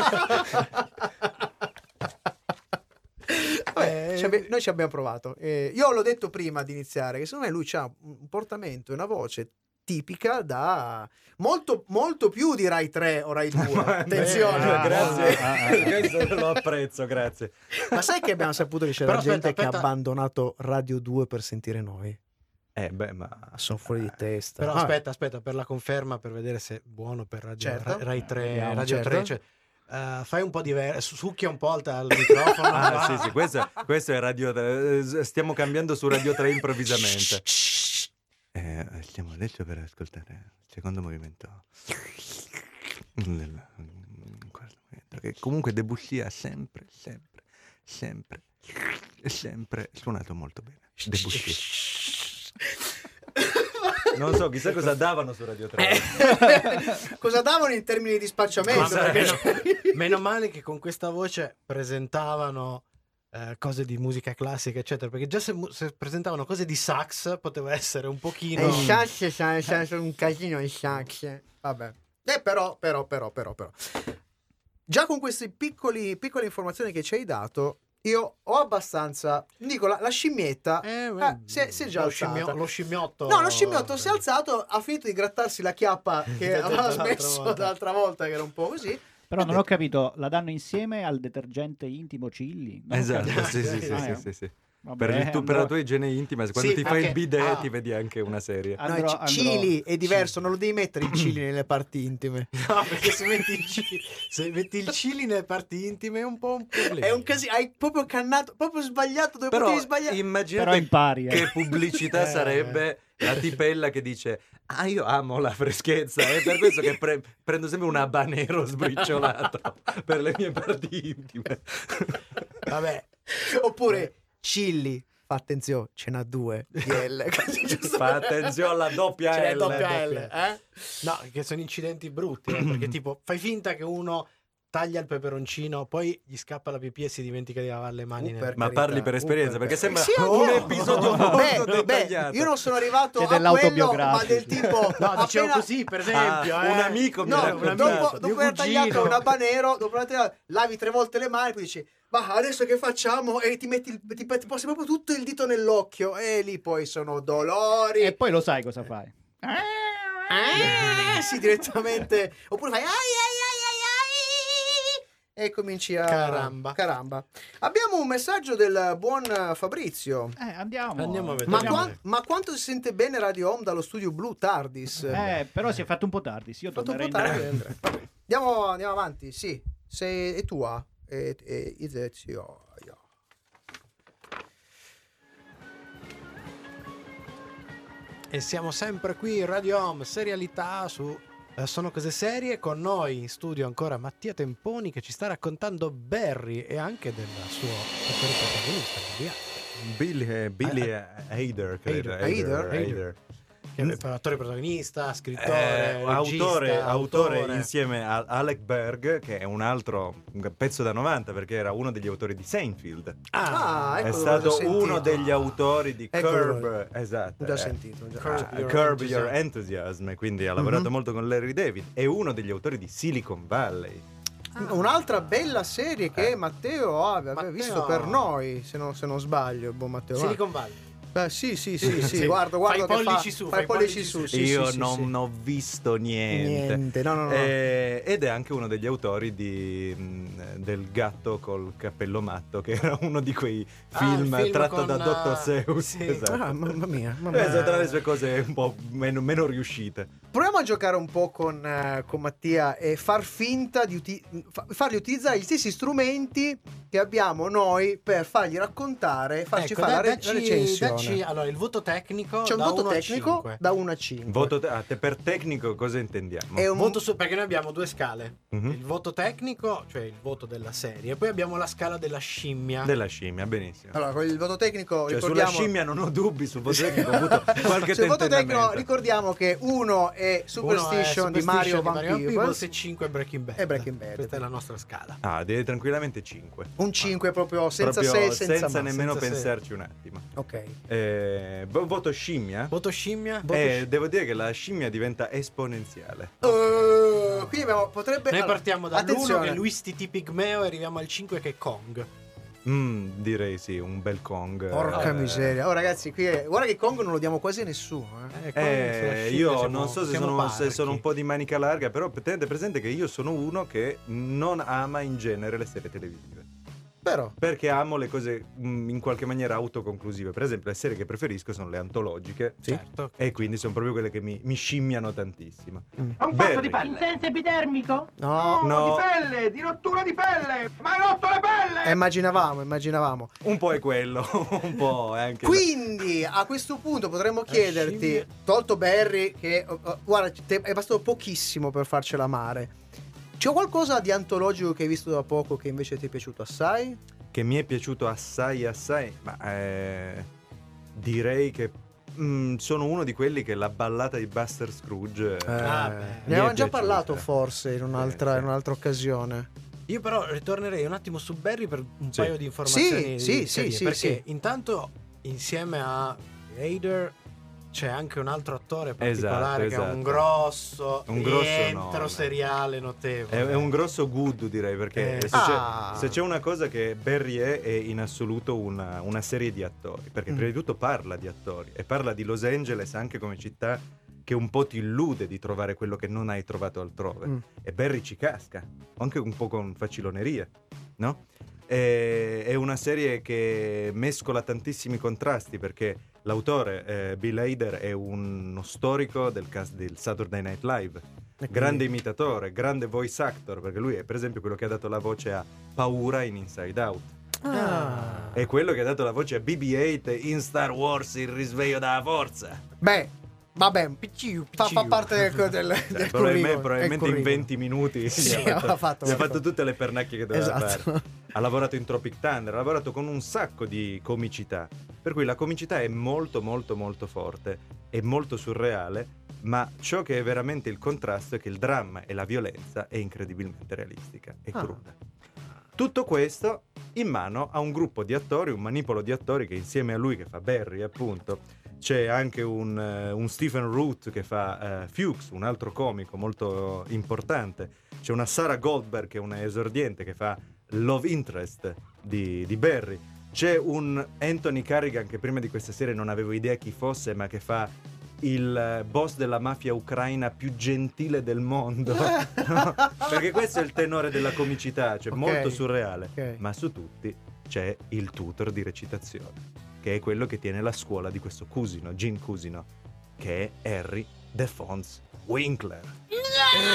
Speaker 1: Vabbè,
Speaker 4: Eh,
Speaker 1: ci abbi- noi ci abbiamo provato. Eh, io l'ho detto prima di iniziare che secondo me lui ha un portamento e una voce tipica da molto, molto più di Rai 3 o Rai
Speaker 4: [laughs]
Speaker 1: 2. Attenzione,
Speaker 3: Beh, grazie,
Speaker 2: Ah, ah,
Speaker 4: eh,
Speaker 2: ah.
Speaker 3: questo lo apprezzo, grazie.
Speaker 1: [laughs] Ma sai che abbiamo saputo che c'era
Speaker 4: Però aspetta,
Speaker 1: gente che ha
Speaker 4: aspetta.
Speaker 1: abbandonato Radio 2 per sentire noi?
Speaker 3: Eh, beh, ma
Speaker 1: Sono fuori di testa.
Speaker 4: Eh, Però
Speaker 1: Ah,
Speaker 4: aspetta, aspetta, per la conferma, per vedere se è buono per Radio,
Speaker 1: Certo.
Speaker 4: Ra- Rai 3.
Speaker 1: Vediamo,
Speaker 4: Radio
Speaker 1: certo.
Speaker 4: 3 cioè, eh, fai un po' diverso, succhia un po' al, al microfono.
Speaker 3: [laughs] Ah,
Speaker 4: va.
Speaker 3: sì, sì, questo, questo è Radio 3. Stiamo cambiando su Radio 3 improvvisamente. Eh, stiamo adesso per ascoltare il secondo movimento. Del, quarto movimento, che comunque Debussy ha sempre, sempre, sempre, sempre suonato molto bene. Debussy. Non so, chissà cosa davano su Radio 3.
Speaker 1: Eh,
Speaker 4: Eh.
Speaker 1: [laughs] Cosa davano in termini di spacciamento?
Speaker 4: Ma
Speaker 1: Perché-
Speaker 4: meno, meno male che con questa voce presentavano eh, cose di musica classica, eccetera. Perché già se, mu- se presentavano cose di sax poteva essere un
Speaker 1: Eh,
Speaker 4: pochino.
Speaker 1: i sax sono- sono- sono un casino i sax. Vabbè. Eh, però, però, però, però, però. Già con queste piccoli- piccole informazioni che ci hai dato, io ho abbastanza... Nicola, la scimmietta...
Speaker 4: Eh,
Speaker 1: eh, si, è, si è già
Speaker 4: lo,
Speaker 1: alzata.
Speaker 4: scimmio- lo scimmiotto.
Speaker 1: No, lo scimmiotto si è alzato, ha finito di grattarsi la
Speaker 4: [laughs]
Speaker 1: chiappa che
Speaker 4: L'ha detto
Speaker 1: aveva
Speaker 4: l'altra
Speaker 1: smesso
Speaker 4: volta.
Speaker 1: l'altra volta, che era un po' così.
Speaker 2: Però
Speaker 1: Eh,
Speaker 2: non ho capito, la danno insieme al detergente intimo Cilli? Non ho
Speaker 3: Esatto,
Speaker 2: capito.
Speaker 3: sì, sì, sì,
Speaker 2: Ah,
Speaker 3: sì,
Speaker 2: eh.
Speaker 3: sì, sì.
Speaker 2: Vabbè,
Speaker 3: Per, il tu- per
Speaker 2: andrò-
Speaker 3: la tua igiene intima, se quando
Speaker 4: Sì,
Speaker 3: ti fai il
Speaker 4: anche-
Speaker 3: bidet
Speaker 4: ah.
Speaker 3: ti vedi anche una serie.
Speaker 1: No,
Speaker 2: andrò-
Speaker 1: c-
Speaker 2: andrò-
Speaker 1: Cili è diverso, non lo devi mettere in cili nelle parti intime.
Speaker 4: No, perché se metti il, ci- se metti il cili nelle parti intime è un po' un problema.
Speaker 1: È un casino, hai proprio cannato, proprio sbagliato dove
Speaker 3: Però
Speaker 1: potevi sbagliare.
Speaker 2: Però
Speaker 3: immaginate
Speaker 2: impari, eh.
Speaker 3: che pubblicità
Speaker 1: [laughs]
Speaker 4: Eh.
Speaker 3: sarebbe la tipella che dice ah io amo la freschezza è per questo che pre- prendo sempre un
Speaker 1: [laughs]
Speaker 3: abanero sbriciolato per le mie parti intime
Speaker 4: Vabbè,
Speaker 1: [laughs] Oppure Cilli, fa attenzione, ce n'ha due di L. [laughs] Così [laughs] giusto
Speaker 3: Fa
Speaker 1: per-
Speaker 3: attenzione alla doppia
Speaker 1: Ce n'è
Speaker 3: L,
Speaker 1: doppia L,
Speaker 3: doppia
Speaker 1: eh?
Speaker 4: no, che sono incidenti brutti. eh, perché tipo, fai finta che uno taglia il peperoncino, poi gli scappa la pipì e si dimentica di lavare le mani.
Speaker 1: Uh,
Speaker 4: nel-
Speaker 1: per
Speaker 3: Ma
Speaker 1: carità,
Speaker 3: parli per
Speaker 1: uh,
Speaker 3: esperienza, perché sembra
Speaker 1: anch'io.
Speaker 3: un episodio molto
Speaker 1: beh, beh,
Speaker 3: dettagliato.
Speaker 1: io non sono arrivato
Speaker 2: Che
Speaker 1: a quello, ma del
Speaker 2: dell'autobiografico.
Speaker 1: tipo
Speaker 4: No, dicevo
Speaker 1: appena-
Speaker 4: così, per esempio.
Speaker 3: Ah,
Speaker 4: eh.
Speaker 3: un amico mi
Speaker 1: No,
Speaker 3: ha
Speaker 1: dopo,
Speaker 3: raccontato.
Speaker 1: dopo
Speaker 4: Mio
Speaker 1: aver
Speaker 4: cugino.
Speaker 1: tagliato un abanero, dopo aver tagliato, lavi tre volte le mani, poi dici, ma adesso che facciamo? E ti metti, il- ti, ti passi proprio tutto il dito nell'occhio e lì poi sono dolori.
Speaker 2: E poi lo sai cosa fai.
Speaker 1: Eh, sì, direttamente. Oppure fai ai ai ai ai ai e cominci a...
Speaker 4: Caramba.
Speaker 1: Caramba. Abbiamo un messaggio del buon eh, Fabrizio.
Speaker 2: Eh, andiamo.
Speaker 4: Andiamo a vedere.
Speaker 1: Ma,
Speaker 4: Vediamo.
Speaker 1: quan- ma quanto si sente bene Radio Home dallo studio blu Tardis?
Speaker 2: Eh, però si è fatto un po' tardi. Sì, io
Speaker 1: Fatto un
Speaker 2: tornerei
Speaker 1: po' tardi. Andiamo, andiamo avanti, sì. Se è tua. E, e, e- sì, oh, io.
Speaker 4: E siamo sempre qui in Radio Home, serialità su eh, Sono cose serie. Con noi in studio ancora Mattia Temponi che ci sta raccontando Barry e anche del suo futuro protagonista. Andrea,
Speaker 3: Billy, eh, Billy Hader credo
Speaker 1: Hader?
Speaker 3: Hader,
Speaker 4: Hader.
Speaker 3: Hader.
Speaker 4: Che è un attore protagonista,
Speaker 3: Mm. Eh,
Speaker 4: scrittore, regista,
Speaker 3: autore, autore
Speaker 4: autore.
Speaker 3: insieme a Alec Berg, che è un altro pezzo da 90 perché era uno degli autori di Seinfeld.
Speaker 1: Ah, ecco
Speaker 3: è
Speaker 1: dove
Speaker 3: stato
Speaker 1: l'ho sentito.
Speaker 3: uno degli autori di
Speaker 1: Ecco
Speaker 3: Curb,
Speaker 1: dove-
Speaker 3: esatto.
Speaker 1: Già
Speaker 3: eh.
Speaker 1: sentito. già.
Speaker 4: Curb
Speaker 3: Ah,
Speaker 1: Ah,
Speaker 4: Your
Speaker 3: Curb Your
Speaker 4: Enthusiasm.
Speaker 3: Enthusiasm, quindi ha lavorato
Speaker 1: Mhm.
Speaker 3: molto con Larry David. È uno degli autori di Silicon Valley.
Speaker 1: Un'altra bella serie che
Speaker 3: Eh.
Speaker 1: Matteo aveva
Speaker 4: Matteo.
Speaker 1: visto per noi, se non, se non sbaglio, buon Matteo.
Speaker 4: Silicon Valley.
Speaker 1: guarda. Beh, sì, sì, sì, sì,
Speaker 4: Sì.
Speaker 1: guarda, guarda
Speaker 4: Fai
Speaker 1: che
Speaker 4: pollici
Speaker 1: fa,
Speaker 4: su,
Speaker 1: fa
Speaker 4: fai
Speaker 1: i pollici,
Speaker 4: pollici
Speaker 1: su.
Speaker 4: su.
Speaker 1: sì,
Speaker 3: Io
Speaker 1: sì, sì,
Speaker 3: non
Speaker 1: sì.
Speaker 3: ho visto niente.
Speaker 1: Niente, no, no, no.
Speaker 3: Eh, ed è anche uno degli autori di, mh, del gatto col cappello matto, che era uno di quei
Speaker 4: Ah,
Speaker 3: film,
Speaker 4: il film
Speaker 3: tratto
Speaker 4: con,
Speaker 3: da
Speaker 4: eh,
Speaker 3: Dr. Seuss.
Speaker 4: sì.
Speaker 3: Esatto.
Speaker 1: Ah, mamma mia, mamma
Speaker 3: Eh,
Speaker 1: mia.
Speaker 3: tra le sue cose un po' meno, meno riuscite.
Speaker 1: Proviamo a giocare un po' con, eh, con Mattia e far finta di uti- fa- fargli utilizzare gli stessi strumenti che abbiamo noi per fargli raccontare, farci
Speaker 4: Ecco,
Speaker 1: fare
Speaker 4: dai,
Speaker 1: la, re-
Speaker 4: dacci-
Speaker 1: la recensione.
Speaker 4: dacci- allora, il voto tecnico
Speaker 1: C'è un
Speaker 4: da
Speaker 1: voto
Speaker 4: 1 a
Speaker 1: tecnico
Speaker 4: 5.
Speaker 1: da 1 a 5.
Speaker 3: Voto te- ah, te- per tecnico cosa intendiamo?
Speaker 1: È un
Speaker 4: Voto su, perché noi abbiamo due scale.
Speaker 3: Mhm.
Speaker 4: Il voto tecnico, cioè il voto della serie, e poi abbiamo la scala della scimmia.
Speaker 3: Della scimmia, benissimo.
Speaker 1: Allora, con il voto tecnico
Speaker 3: Cioè, sulla
Speaker 1: ricordiamo
Speaker 3: scimmia non ho dubbi, sul voto tecnico ho
Speaker 1: [laughs]
Speaker 3: avuto qualche
Speaker 1: Sul voto tecnico
Speaker 3: tentennamento.
Speaker 1: ricordiamo che uno è
Speaker 4: Uno è
Speaker 1: Superstition di Mario
Speaker 4: Superstition
Speaker 1: Van Peebles.
Speaker 4: e 5 è Breaking Bad.
Speaker 1: E Breaking Bad.
Speaker 4: Questa è la nostra scala.
Speaker 3: Ah, direi tranquillamente 5.
Speaker 1: Un 5 proprio senza
Speaker 3: Proprio
Speaker 1: 6, senza, ma.
Speaker 3: nemmeno
Speaker 4: senza se.
Speaker 3: pensarci un attimo.
Speaker 1: Ok.
Speaker 3: Eh, vo- voto scimmia?
Speaker 4: Voto scimmia? Voto
Speaker 3: Eh,
Speaker 4: scimmia.
Speaker 3: devo dire che la scimmia diventa esponenziale.
Speaker 1: Eh, quindi abbiamo, potrebbe...
Speaker 4: Noi
Speaker 1: allora,
Speaker 4: partiamo dall'1 che
Speaker 1: attenzione.
Speaker 4: è Luis Titi Pigmeo e arriviamo al 5 che è Kong. Eh,
Speaker 3: Mm, direi sì, un bel Kong.
Speaker 1: Porca
Speaker 3: Eh,
Speaker 1: miseria. Oh ragazzi, qui è- guarda che Kong non lo diamo quasi a nessuno. eh.
Speaker 4: Eh, Kong sulla
Speaker 3: Eh,
Speaker 4: scimmia
Speaker 3: io
Speaker 4: siamo-
Speaker 3: non so se
Speaker 4: siamo
Speaker 3: sono, se
Speaker 4: parchi.
Speaker 3: sono un po' di manica larga, però tenete presente che io sono uno che non ama in genere le serie televisive.
Speaker 1: Però...
Speaker 3: Perché amo le cose mm, in qualche maniera autoconclusive. Per esempio, le serie che preferisco sono le antologiche.
Speaker 4: Certo.
Speaker 3: E quindi sono proprio quelle che mi, mi scimmiano tantissimo.
Speaker 8: Mm. È un pezzo
Speaker 3: Barry.
Speaker 8: di pelle.
Speaker 10: epidermico?
Speaker 1: No,
Speaker 3: No.
Speaker 8: Di pelle, di rottura di pelle. Ma hai rotto le pelle!
Speaker 1: eh, immaginavamo, immaginavamo.
Speaker 3: Un po' è quello, [laughs] un po' è anche.
Speaker 1: Quindi a questo punto potremmo chiederti,
Speaker 4: scimmia.
Speaker 1: tolto Barry, che oh, oh, guarda, te- è bastato pochissimo per farcela amare. C'è qualcosa di antologico che hai visto da poco che invece ti è piaciuto assai?
Speaker 3: che mi è piaciuto assai assai ma eh, direi che mm, sono uno di quelli che la ballata di Buster Scrooge eh,
Speaker 4: Ah, beh.
Speaker 3: mi
Speaker 1: ne
Speaker 3: è
Speaker 1: avevamo già
Speaker 3: piaciuta.
Speaker 1: parlato forse in un'altra,
Speaker 3: eh. Sì, sì.
Speaker 1: in un'altra occasione.
Speaker 4: Io però ritornerei un attimo su Barry per un
Speaker 3: Sì.
Speaker 4: paio di informazioni.
Speaker 1: Sì, sì,
Speaker 4: di
Speaker 1: sì,
Speaker 4: serie,
Speaker 1: sì,
Speaker 4: Perché
Speaker 1: sì.
Speaker 4: intanto insieme a Raider c'è anche un altro attore
Speaker 3: Esatto,
Speaker 4: particolare che è
Speaker 3: esatto.
Speaker 4: un grosso,
Speaker 3: Un grosso
Speaker 4: rientro
Speaker 3: nome.
Speaker 4: seriale
Speaker 3: è,
Speaker 4: notevole.
Speaker 3: è un grosso good direi perché
Speaker 4: Eh,
Speaker 3: se,
Speaker 1: ah.
Speaker 3: c'è, se c'è una cosa che Barry è è in assoluto una, una serie di attori perché
Speaker 1: Mm.
Speaker 3: prima di tutto parla di attori e parla di Los Angeles anche come città che un po' ti illude di trovare quello che non hai trovato altrove
Speaker 1: Mm.
Speaker 3: e Barry ci casca, anche un po' con faciloneria, no? E- È una serie che mescola tantissimi contrasti perché l'autore eh, Bill Hader è uno storico del cast del Saturday Night Live, grande imitatore, grande voice actor perché lui è per esempio quello che ha dato la voce a Paura in Inside Out.
Speaker 1: Ah.
Speaker 3: È quello che ha dato la voce a BB-8 in Star Wars Il risveglio della forza.
Speaker 1: Beh, vabbè,
Speaker 4: Picciu,
Speaker 1: fa, fa
Speaker 4: picciu.
Speaker 1: parte del, del,
Speaker 3: [laughs] Cioè,
Speaker 1: del
Speaker 3: probabilmente
Speaker 1: curriculum,
Speaker 3: probabilmente
Speaker 1: del
Speaker 3: in
Speaker 1: curriculum.
Speaker 3: 20 minuti
Speaker 1: Sì, [laughs]
Speaker 3: gli ha
Speaker 1: aveva
Speaker 3: fatto,
Speaker 1: fatto-
Speaker 3: gli ha fatto tutte le pernacchie che doveva fare.
Speaker 1: [laughs] Esatto.
Speaker 3: ha lavorato in Tropic Thunder, ha lavorato con un sacco di comicità. Per cui la comicità è molto molto molto forte, è molto surreale, ma ciò che è veramente il contrasto è che il dramma e la violenza è incredibilmente realistica e
Speaker 1: Ah.
Speaker 3: cruda. Tutto questo in mano a un gruppo di attori, un manipolo di attori che insieme a lui che fa Barry appunto, c'è anche un, eh, un Stephen Root che fa eh, Fuchs, un altro comico molto importante, c'è una Sarah Goldberg che è una esordiente che fa Love Interest di, di Barry. C'è un Anthony Carrigan che prima di questa serie non avevo idea chi fosse, ma che fa il eh, boss della mafia ucraina più gentile del
Speaker 1: [laughs]
Speaker 3: mondo. [laughs] No? Perché questo è il tenore della comicità, cioè
Speaker 1: Ok.
Speaker 3: molto surreale.
Speaker 1: Ok.
Speaker 3: Ma su tutti c'è il tutor di recitazione, che è quello che tiene la scuola di questo cusino, Gene Cusino, che è Harry DeFons Winkler.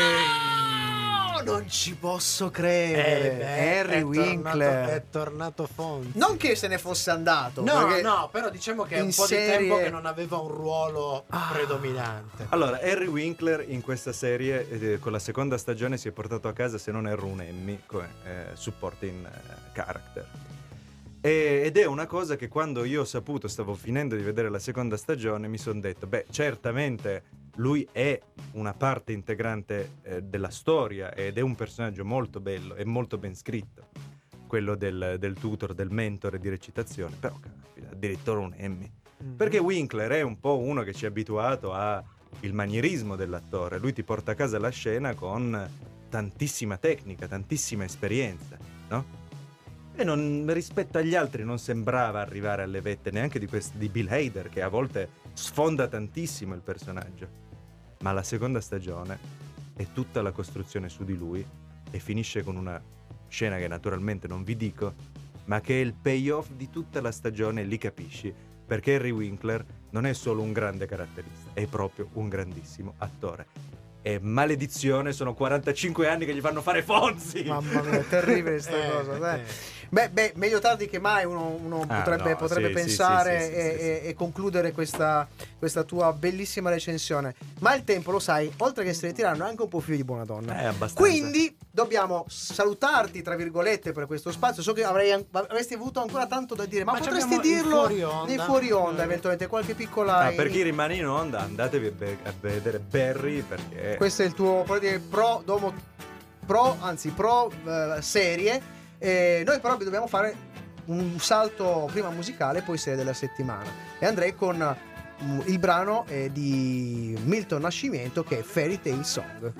Speaker 1: No, non ci posso
Speaker 4: Eh,
Speaker 1: credere.
Speaker 4: beh,
Speaker 1: Harry
Speaker 4: è tornato-
Speaker 1: Winkler.
Speaker 4: è tornato Fonzi.
Speaker 1: Non che se ne fosse andato.
Speaker 4: No,
Speaker 1: perché-
Speaker 4: no, però diciamo che è
Speaker 1: in
Speaker 4: un po'
Speaker 1: serie-
Speaker 4: di tempo che non aveva un ruolo
Speaker 1: Ah.
Speaker 4: predominante.
Speaker 3: Allora, Harry Winkler in questa serie, eh, con la seconda stagione, si è portato a casa, se non erro, un Emmy come eh, supporting eh, character. E- ed è una cosa che quando io ho saputo, stavo finendo di vedere la seconda stagione, mi sono detto, beh, certamente lui è una parte integrante eh, della storia ed è un personaggio molto bello e molto ben scritto, quello del, del tutor, del mentore di recitazione, però, caspita, addirittura un Emmy. Perché Winkler è un po' uno che ci è abituato al manierismo dell'attore. Lui ti porta a casa la scena con tantissima tecnica, tantissima esperienza, no? E non- rispetto agli altri non sembrava arrivare alle vette neanche di, quest- di Bill Hader, che a volte sfonda tantissimo il personaggio. Ma la seconda stagione è tutta la costruzione su di lui e finisce con una scena che naturalmente non vi dico, ma che è il payoff di tutta la stagione, e lì capisci, perché Harry Winkler non è solo un grande caratterista, è proprio un grandissimo attore. E maledizione, sono 45 anni che gli fanno fare Fonzi!
Speaker 1: Mamma mia, è terribile sta
Speaker 3: [laughs]
Speaker 4: Eh,
Speaker 1: cosa. dai.
Speaker 4: eh.
Speaker 1: Beh, beh, meglio tardi che mai uno, uno
Speaker 3: Ah,
Speaker 1: potrebbe,
Speaker 3: no,
Speaker 1: potrebbe
Speaker 3: sì, sì,
Speaker 1: pensare
Speaker 3: sì, sì, sì,
Speaker 1: e,
Speaker 3: sì, sì.
Speaker 1: e- e concludere questa, questa tua bellissima recensione. Ma il tempo, lo sai, oltre che si ritirano anche un po' più di buona donna.
Speaker 3: Eh, abbastanza.
Speaker 1: Quindi dobbiamo salutarti, tra virgolette, per questo spazio. So che avrei an- avresti avuto ancora tanto da dire, ma,
Speaker 4: Ma ci
Speaker 1: potresti
Speaker 4: abbiamo in
Speaker 1: dirlo
Speaker 4: fuori onda?
Speaker 1: in fuori onda, eventualmente qualche piccola...
Speaker 3: Ah, per chi rimane in onda, andatevi a, be- a vedere Barry perché.
Speaker 1: Questo è il tuo quello di pro, domo, pro anzi pro eh, serie. Eh, noi però dobbiamo fare un salto prima musicale poi serie della settimana. E andrei con mm, il brano eh, di Milton Nascimento che è Fairy Tale Song.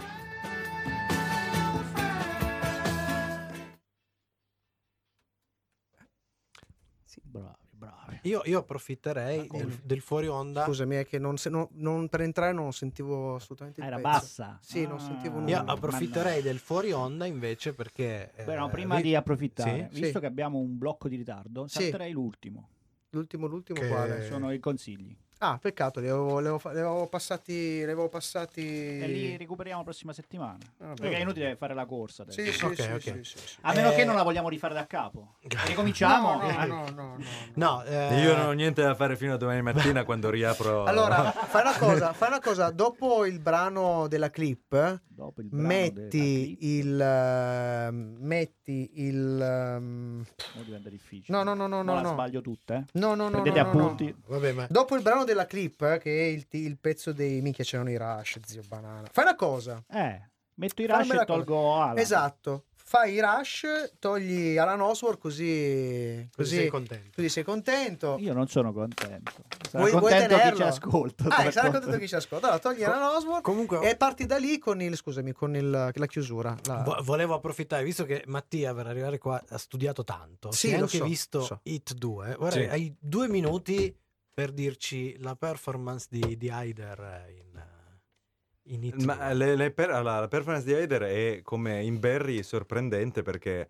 Speaker 2: Sì, bravi, bravi.
Speaker 4: Io, io approfitterei del, del fuori onda.
Speaker 1: Scusami, è che non, se- non- non- per entrare non sentivo assolutamente il
Speaker 2: Ah, Era
Speaker 1: pezzo.
Speaker 2: bassa. Ah,
Speaker 1: Sì, non sentivo
Speaker 4: Io
Speaker 1: nulla.
Speaker 4: approfitterei del fuori onda invece perché... eh,
Speaker 2: Però prima
Speaker 4: vi-
Speaker 2: di approfittare,
Speaker 1: Sì,
Speaker 2: visto
Speaker 1: sì.
Speaker 2: che abbiamo un blocco di ritardo,
Speaker 1: Sì.
Speaker 2: salterei l'ultimo.
Speaker 1: L'ultimo, l'ultimo
Speaker 4: Che-
Speaker 1: quale?
Speaker 4: Eh.
Speaker 2: Sono i consigli.
Speaker 1: Ah, peccato, li avevo, li avevo fa- li avevo passati... Li avevo passati...
Speaker 2: E
Speaker 1: Eh.
Speaker 2: li recuperiamo la prossima settimana.
Speaker 1: Ah,
Speaker 2: Perché
Speaker 1: beh.
Speaker 2: è inutile fare la corsa adesso.
Speaker 1: Sì, sì,
Speaker 4: Ok,
Speaker 1: sì,
Speaker 4: ok.
Speaker 1: sì, sì, sì.
Speaker 2: A meno
Speaker 4: Eh.
Speaker 2: che non la vogliamo rifare da capo. Ricominciamo.
Speaker 1: No, no,
Speaker 2: Eh,
Speaker 1: no, no, no.
Speaker 4: No, eh,
Speaker 3: Io non ho niente da fare fino a domani mattina quando riapro.
Speaker 1: Allora, fai una cosa, fai una cosa, dopo il brano della clip,
Speaker 2: Dopo il brano della
Speaker 1: metti
Speaker 2: clip,
Speaker 1: il ehm, metti il ehm,
Speaker 2: mo diventa difficile.
Speaker 1: No, no, no, no,
Speaker 2: Mo
Speaker 1: no,
Speaker 2: la
Speaker 1: no.
Speaker 2: sbaglio tutte. eh.
Speaker 1: No, no, no,
Speaker 2: Prendete
Speaker 1: no, no, no.
Speaker 2: appunti.
Speaker 4: Vabbè, ma...
Speaker 1: Dopo il brano della clip, eh, che è il, il pezzo dei minchia c'erano i Rush, zio banana. Fai una cosa.
Speaker 2: Eh, metto i
Speaker 1: Fammi
Speaker 2: rush
Speaker 1: la
Speaker 2: e tolgo Alan.
Speaker 1: Esatto. Fai i Rush, togli Alan Oswald così
Speaker 4: Così
Speaker 1: così
Speaker 4: sei contento.
Speaker 1: così sei contento.
Speaker 2: Io non sono contento. Sarà
Speaker 1: Vuoi- vuoi
Speaker 2: contento chi
Speaker 1: tenerlo?
Speaker 2: ci ascolta.
Speaker 1: Ah,
Speaker 2: sarà
Speaker 1: sarà contento chi ci ascolta. Allora, togli Alan Oswald
Speaker 4: Comunque...
Speaker 1: e parti da lì con il scusami, con il, la chiusura. la-
Speaker 3: ah.
Speaker 4: Vo- volevo approfittare, visto che Mattia per arrivare qua ha studiato tanto,
Speaker 1: Sì,
Speaker 4: si è
Speaker 1: lo
Speaker 4: anche
Speaker 1: so,
Speaker 4: visto
Speaker 1: lo so.
Speaker 4: Hit 2, vorrei,
Speaker 3: Sì.
Speaker 4: hai due minuti per dirci la performance di, di Hyder eh, in, eh, in Hit
Speaker 3: [laughs] Ma
Speaker 4: 2.
Speaker 3: le- le per- allora, la performance di Heider è come in Barry sorprendente perché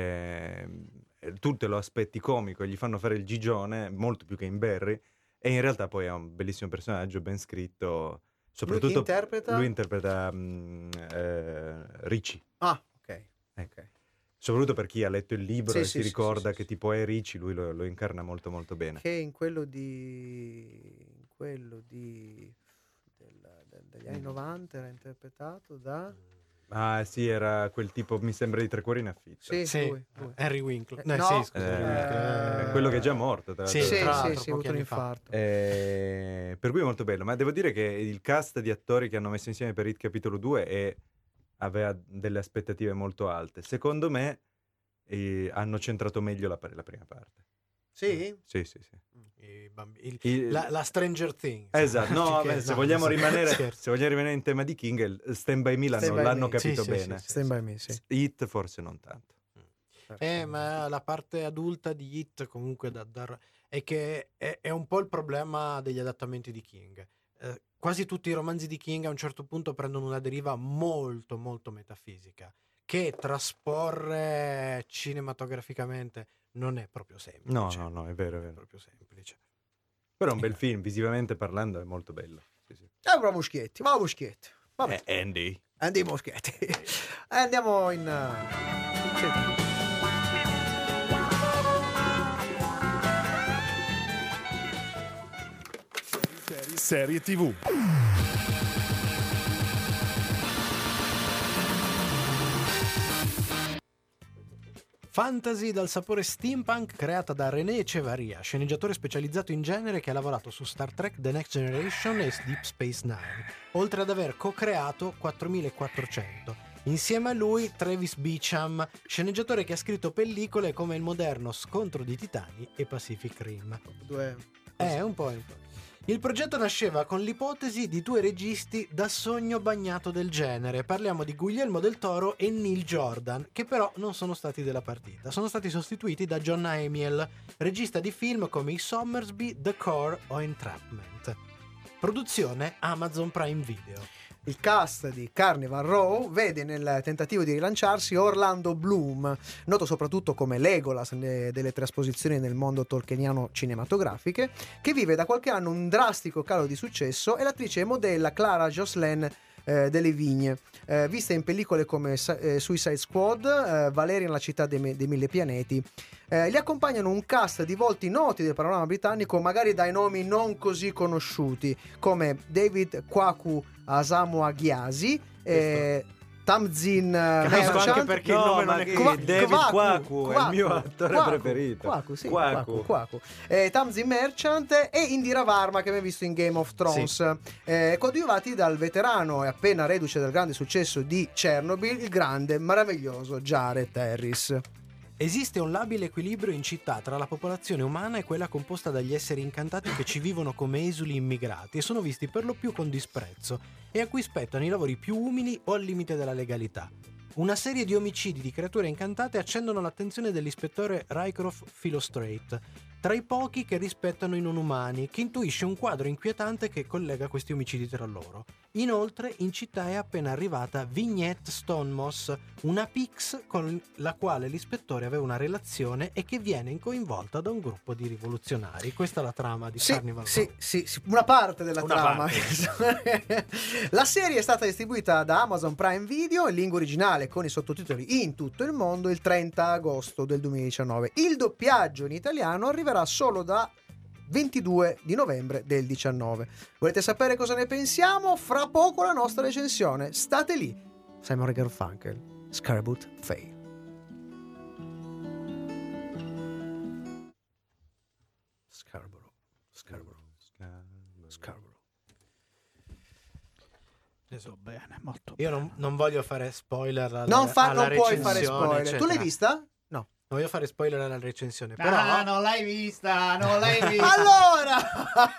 Speaker 3: ehm, tu te lo aspetti comico, gli fanno fare il gigione molto più che in Barry e in realtà poi è un bellissimo personaggio ben scritto. Soprattutto
Speaker 1: interpreta?
Speaker 3: lui interpreta, mm, eh, Ricci.
Speaker 1: Ah, ok.
Speaker 3: Ecco. Soprattutto per chi ha letto il libro
Speaker 1: Sì,
Speaker 3: e
Speaker 1: sì,
Speaker 3: si
Speaker 1: sì,
Speaker 3: ricorda
Speaker 1: sì, sì,
Speaker 3: che
Speaker 1: sì.
Speaker 3: tipo è Ricci, lui lo, lo incarna molto molto bene.
Speaker 1: Che in quello di in quello di del- del- degli
Speaker 4: Mm.
Speaker 1: anni 90 era interpretato da
Speaker 3: Ah sì, era quel tipo, mi sembra, di Tre Cuori in affitto.
Speaker 1: Sì,
Speaker 4: Sì,
Speaker 1: lui, lui.
Speaker 4: Henry Winkler.
Speaker 1: Eh,
Speaker 4: No,
Speaker 1: no.
Speaker 4: sì, scusa,
Speaker 3: Eh,
Speaker 4: Henry Winkler.
Speaker 1: Eh,
Speaker 3: quello che è già morto, tra
Speaker 4: Sì,
Speaker 1: sì,
Speaker 3: l'altro.
Speaker 1: sì,
Speaker 4: tra l'altro,
Speaker 1: sì,
Speaker 4: pochi
Speaker 1: ha avuto un
Speaker 4: anni
Speaker 1: infarto.
Speaker 3: Eh, per cui è molto bello, ma devo dire che il cast di attori che hanno messo insieme per Hit Capitolo 2 è- aveva delle aspettative molto alte. Secondo me eh, hanno centrato meglio la, la prima parte.
Speaker 1: Sì?
Speaker 3: Sì, sì, sì.
Speaker 4: I bambi- il-
Speaker 3: Il-
Speaker 4: la, la Stranger Things. [laughs]
Speaker 3: Esatto, no,
Speaker 4: Che-
Speaker 3: vabbè, se,
Speaker 4: no,
Speaker 3: vogliamo
Speaker 4: scherzo.
Speaker 3: rimanere,
Speaker 4: Scherzo.
Speaker 3: se vogliamo rimanere in tema di King, il Stand By Me l'hanno,
Speaker 1: Stand By
Speaker 3: l'hanno
Speaker 1: Me.
Speaker 4: Sì,
Speaker 3: capito
Speaker 4: sì,
Speaker 3: bene.
Speaker 4: sì, sì.
Speaker 1: Stand by me, sì.
Speaker 3: Hit forse non tanto.
Speaker 4: Eh, ma la parte adulta di Hit comunque da, da- è che è, è un po' il problema degli adattamenti di King. Eh, quasi tutti i romanzi di King a un certo punto prendono una deriva molto molto metafisica, che trasporre cinematograficamente non è proprio semplice.
Speaker 3: No, no, no, è vero, è
Speaker 4: Non è
Speaker 3: vero.
Speaker 4: proprio semplice.
Speaker 3: Però è un bel film, visivamente parlando è molto bello. Sì, sì.
Speaker 1: Eh, bravo Muschietti, bravo Muschietti. Vabbè,
Speaker 3: Eh, Andy.
Speaker 1: andiamo Muschietti. [laughs] Eh, andiamo in eh, sì.
Speaker 9: Serie TV.
Speaker 4: Fantasy dal sapore steampunk creata da René Cevaria, sceneggiatore specializzato in genere che ha lavorato su Star Trek The Next Generation e Deep Space Nine, oltre ad aver co-creato 4400. Insieme a lui Travis Beecham, sceneggiatore che ha scritto pellicole come il moderno Scontro di Titani e Pacific Rim.
Speaker 1: Due.
Speaker 4: Eh, un po', un po'. Il progetto nasceva con l'ipotesi di due registi da sogno bagnato del genere. Parliamo di Guglielmo del Toro e Neil Jordan, che però non sono stati della partita. Sono stati sostituiti da John Amiel, regista di film come I Somersby, The Core o Entrapment. Produzione Amazon Prime Video.
Speaker 1: Il cast di Carnival Row vede nel tentativo di rilanciarsi Orlando Bloom, noto soprattutto come Legolas ne- delle trasposizioni nel mondo tolkieniano cinematografiche, che vive da qualche anno un drastico calo di successo e l'attrice e modella Clara Jocelyn eh, delle Vigne, eh, vista in pellicole come Sa- eh, Suicide Squad, eh, Valerian la città dei, me- dei mille pianeti. Eh, li accompagnano un cast di volti noti del panorama britannico, magari dai nomi non così conosciuti, come David Kwaku Asamoah Ghiasi, eh, Tamzin eh,
Speaker 3: Capisco
Speaker 1: Merchant,
Speaker 3: anche perché il nome non è
Speaker 1: che-
Speaker 3: così. David
Speaker 1: Kwaku,
Speaker 3: Kwaku è il mio attore
Speaker 1: Kwaku,
Speaker 3: preferito.
Speaker 1: Kwaku, sì,
Speaker 3: Kwaku.
Speaker 1: Kwaku, Kwaku. Eh, Tamsin Merchant e Indira Varma che abbiamo visto in Game of Thrones eh, coadiuvati dal veterano e appena reduce dal grande successo di Chernobyl il grande meraviglioso Jared Harris
Speaker 4: Esiste un labile equilibrio in città tra la popolazione umana e quella composta dagli esseri incantati che ci vivono come esuli immigrati e sono visti per lo più con disprezzo e a cui spettano i lavori più umili o al limite della legalità. Una serie di omicidi di creature incantate accendono l'attenzione dell'ispettore Rycroft Philostrate, tra i pochi che rispettano i non umani, che intuisce un quadro inquietante che collega questi omicidi tra loro. Inoltre, in città è appena arrivata Vignette Stonmos, una pix con la quale l'ispettore aveva una relazione e che viene coinvolta da un gruppo di rivoluzionari. Questa è la trama di
Speaker 1: sì,
Speaker 4: Carnival
Speaker 1: sì,
Speaker 4: Row.
Speaker 1: sì, sì, una parte della
Speaker 6: Una
Speaker 1: trama. [laughs] la serie è stata distribuita da Amazon Prime Video in lingua originale con i sottotitoli in tutto il mondo il 30 agosto del 2019. Il doppiaggio in italiano arriverà solo da 22 di novembre del 19. Volete sapere cosa ne pensiamo? Fra poco la nostra recensione. State lì. Simon Garfunkel, Scarboot Fail. Scarborough, Scarborough, Scarborough.
Speaker 4: Esatto.
Speaker 2: Preso bene, molto
Speaker 4: Io non, non voglio fare spoiler alla,
Speaker 1: Non, fa-
Speaker 4: alla
Speaker 1: non puoi fare
Speaker 4: recensione,
Speaker 1: spoiler. Tu l'hai
Speaker 4: eccetera.
Speaker 1: vista? No.
Speaker 4: Non voglio fare spoiler alla recensione, però...
Speaker 2: Ah, non l'hai vista,
Speaker 1: [laughs]
Speaker 2: non l'hai vista.
Speaker 1: Allora!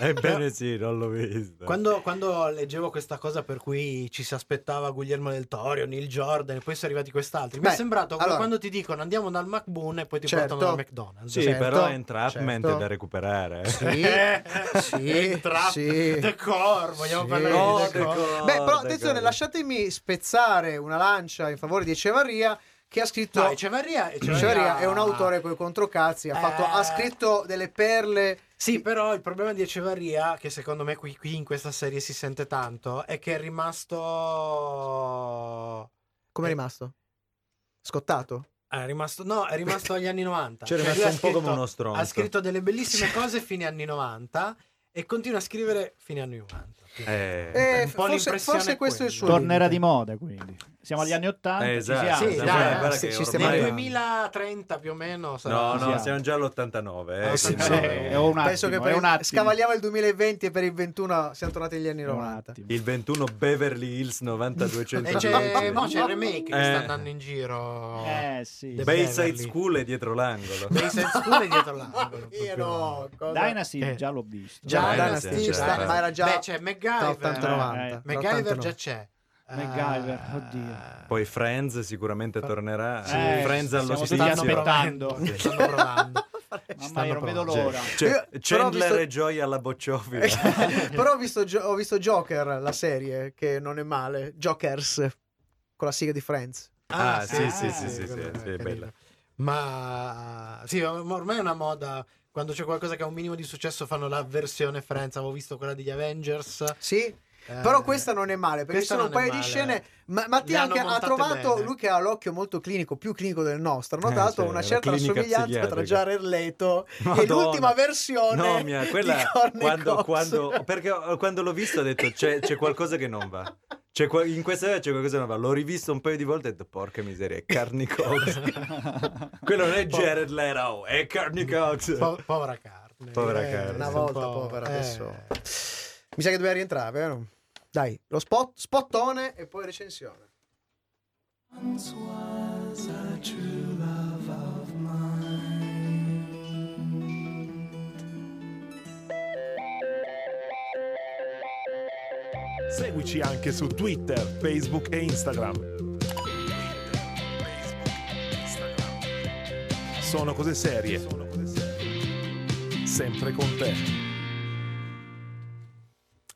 Speaker 3: Ebbene sì, non l'ho visto.
Speaker 4: Quando, quando leggevo questa cosa per cui ci si aspettava Guglielmo del Toro, Neil Jordan e poi sono arrivati quest'altro, mi
Speaker 1: Beh,
Speaker 4: è sembrato come
Speaker 1: allora-
Speaker 4: quando ti dicono andiamo dal McBoon e poi ti
Speaker 1: Certo.
Speaker 4: portano dal McDonald's. [laughs]
Speaker 3: Sì,
Speaker 1: Certo,
Speaker 3: però Entrapment
Speaker 1: certo.
Speaker 3: è da recuperare. eh.
Speaker 1: Sì,
Speaker 4: [laughs]
Speaker 1: sì,
Speaker 4: Entra-
Speaker 1: sì.
Speaker 4: The Core, vogliamo
Speaker 1: Sì.
Speaker 4: parlare
Speaker 1: No,
Speaker 4: di The
Speaker 1: The
Speaker 4: Core.
Speaker 1: Beh, però
Speaker 3: D'accordo.
Speaker 1: attenzione, lasciatemi spezzare una lancia in favore di Ecevarria che ha scritto...
Speaker 4: No, Echevarria, Ah.
Speaker 1: Echevarria è un autore con i controcazzi, ha, fatto-
Speaker 4: Eh.
Speaker 1: ha scritto delle perle...
Speaker 4: Sì, però il problema di Echevarria, che secondo me qui, qui in questa serie si sente tanto, è che è rimasto...
Speaker 1: Come è
Speaker 4: Eh.
Speaker 1: rimasto? Scottato?
Speaker 4: Ah, È rimasto, no, è rimasto agli anni
Speaker 3: [laughs]
Speaker 4: 90.
Speaker 3: C'è
Speaker 4: Cioè,
Speaker 3: rimasto
Speaker 4: lui ha
Speaker 3: un po' come uno stronzo.
Speaker 4: Ha scritto delle
Speaker 3: [laughs]
Speaker 4: bellissime cose fine anni 90 e continua a scrivere fine anni 90.
Speaker 3: Eh,
Speaker 1: Eh,
Speaker 4: un po'
Speaker 1: forse,
Speaker 4: l'impressione
Speaker 1: forse
Speaker 4: è
Speaker 1: questo è il suo...
Speaker 4: quella.
Speaker 2: Tornerà
Speaker 1: limite.
Speaker 2: di moda, quindi. Siamo agli anni 80,
Speaker 3: Eh,
Speaker 2: ci
Speaker 3: esatto,
Speaker 2: siamo.
Speaker 4: Sì,
Speaker 3: siamo-
Speaker 4: dai,
Speaker 3: guarda
Speaker 4: sì,
Speaker 3: che
Speaker 1: ci stiamo
Speaker 3: ormai-
Speaker 4: Nel
Speaker 1: Ormai-
Speaker 4: 2030 più o meno sarà...
Speaker 3: No, no,
Speaker 2: Siamo.
Speaker 3: siamo già all'89.
Speaker 4: Ah,
Speaker 3: Eh,
Speaker 4: sì,
Speaker 3: quindi-
Speaker 4: sì.
Speaker 2: è un attimo,
Speaker 1: Penso che
Speaker 2: è
Speaker 1: per
Speaker 2: un attimo.
Speaker 1: scavaliamo il 2020 e per il 21 siamo tornati agli anni
Speaker 2: È un
Speaker 1: 90.
Speaker 2: attimo.
Speaker 3: Il 21 Beverly Hills 9210.
Speaker 4: E c'è, no, c'è il
Speaker 3: Bayside
Speaker 4: remake che
Speaker 3: Eh.
Speaker 4: sta andando in giro.
Speaker 2: Eh, sì.
Speaker 4: The Beverly.
Speaker 3: School è dietro l'angolo.
Speaker 4: Bayside School è dietro l'angolo.
Speaker 1: [laughs] Io
Speaker 4: proprio.
Speaker 1: no, cosa-
Speaker 2: Dynasty
Speaker 4: Eh.
Speaker 2: già l'ho visto.
Speaker 1: Già,
Speaker 3: Dynasty,
Speaker 1: Dynasty,
Speaker 3: già,
Speaker 1: sta-
Speaker 3: già.
Speaker 1: ma era già
Speaker 4: Beh, c'è MacGyver.
Speaker 1: tra 80 e 90.
Speaker 2: Eh,
Speaker 4: MacGyver
Speaker 1: 80. [laughs]
Speaker 4: già c'è.
Speaker 2: MacGyver,
Speaker 4: Eh,
Speaker 2: oddio.
Speaker 3: Poi Friends sicuramente tornerà.
Speaker 2: Sì.
Speaker 3: Friends allo
Speaker 2: Siamo tutti
Speaker 3: stile.
Speaker 4: stanno
Speaker 2: aspettando.
Speaker 4: provando, stanno provando.
Speaker 2: Mamma
Speaker 4: stanno
Speaker 2: mia, non vedo
Speaker 4: provando.
Speaker 2: l'ora.
Speaker 1: Io-
Speaker 3: Cioè,
Speaker 1: però
Speaker 3: Chandler
Speaker 1: ho visto-
Speaker 3: e Joy alla
Speaker 1: [laughs]
Speaker 3: bocciofila.
Speaker 1: [laughs] Però ho visto, Gio- ho visto Joker, la serie, che non è male. Jokers, con la sigla di Friends.
Speaker 3: Ah, sì,
Speaker 2: sì,
Speaker 3: sì, sì,
Speaker 4: eh, quello
Speaker 3: sì,
Speaker 4: è
Speaker 3: sì, è
Speaker 4: carino.
Speaker 3: bella.
Speaker 4: Ma eh, sì, ma ormai è una moda. Quando c'è qualcosa che ha un minimo di successo, fanno la versione Friends. Avevo visto quella degli Avengers.
Speaker 1: Sì,
Speaker 4: Eh,
Speaker 1: però questa non è male, perché ci
Speaker 4: questa
Speaker 1: sono un
Speaker 4: non è
Speaker 1: paio di
Speaker 4: male.
Speaker 1: scene... Ma-
Speaker 4: Le
Speaker 1: Mattia
Speaker 4: hanno
Speaker 1: anche ha
Speaker 4: montate
Speaker 1: trovato,
Speaker 4: bene.
Speaker 1: lui che ha l'occhio molto clinico, più clinico del nostro, ha
Speaker 3: Eh,
Speaker 1: notato
Speaker 3: sì,
Speaker 1: una
Speaker 3: la
Speaker 1: certa
Speaker 3: clinica
Speaker 1: somiglianza tra
Speaker 3: psichiatrica.
Speaker 1: Jared Leto e
Speaker 3: Madonna.
Speaker 1: l'ultima versione
Speaker 3: No, mia,
Speaker 1: di
Speaker 3: quella
Speaker 1: Courtney
Speaker 3: quando,
Speaker 1: Cox.
Speaker 3: quando, perché ho- quando l'ho visto ho detto c'è, c'è qualcosa che non va. C'è qua- in questa serie c'è qualcosa che non va. L'ho rivisto un paio di volte e ho detto porca miseria, è Carni
Speaker 1: [laughs]
Speaker 2: [laughs]
Speaker 3: Cox. Quello non è Jared Leto, è Carni Cox.
Speaker 4: Po- povera Eh, carne.
Speaker 3: Povera Carne.
Speaker 1: Una
Speaker 3: Un eh.
Speaker 1: volta,
Speaker 4: eh.
Speaker 1: povera, adesso... Mi sa che doveva rientrare, vero? Dai, lo spot, spottone e poi recensione.
Speaker 5: Seguici anche su Twitter, Facebook e Instagram. Sono cose serie. Sempre con te.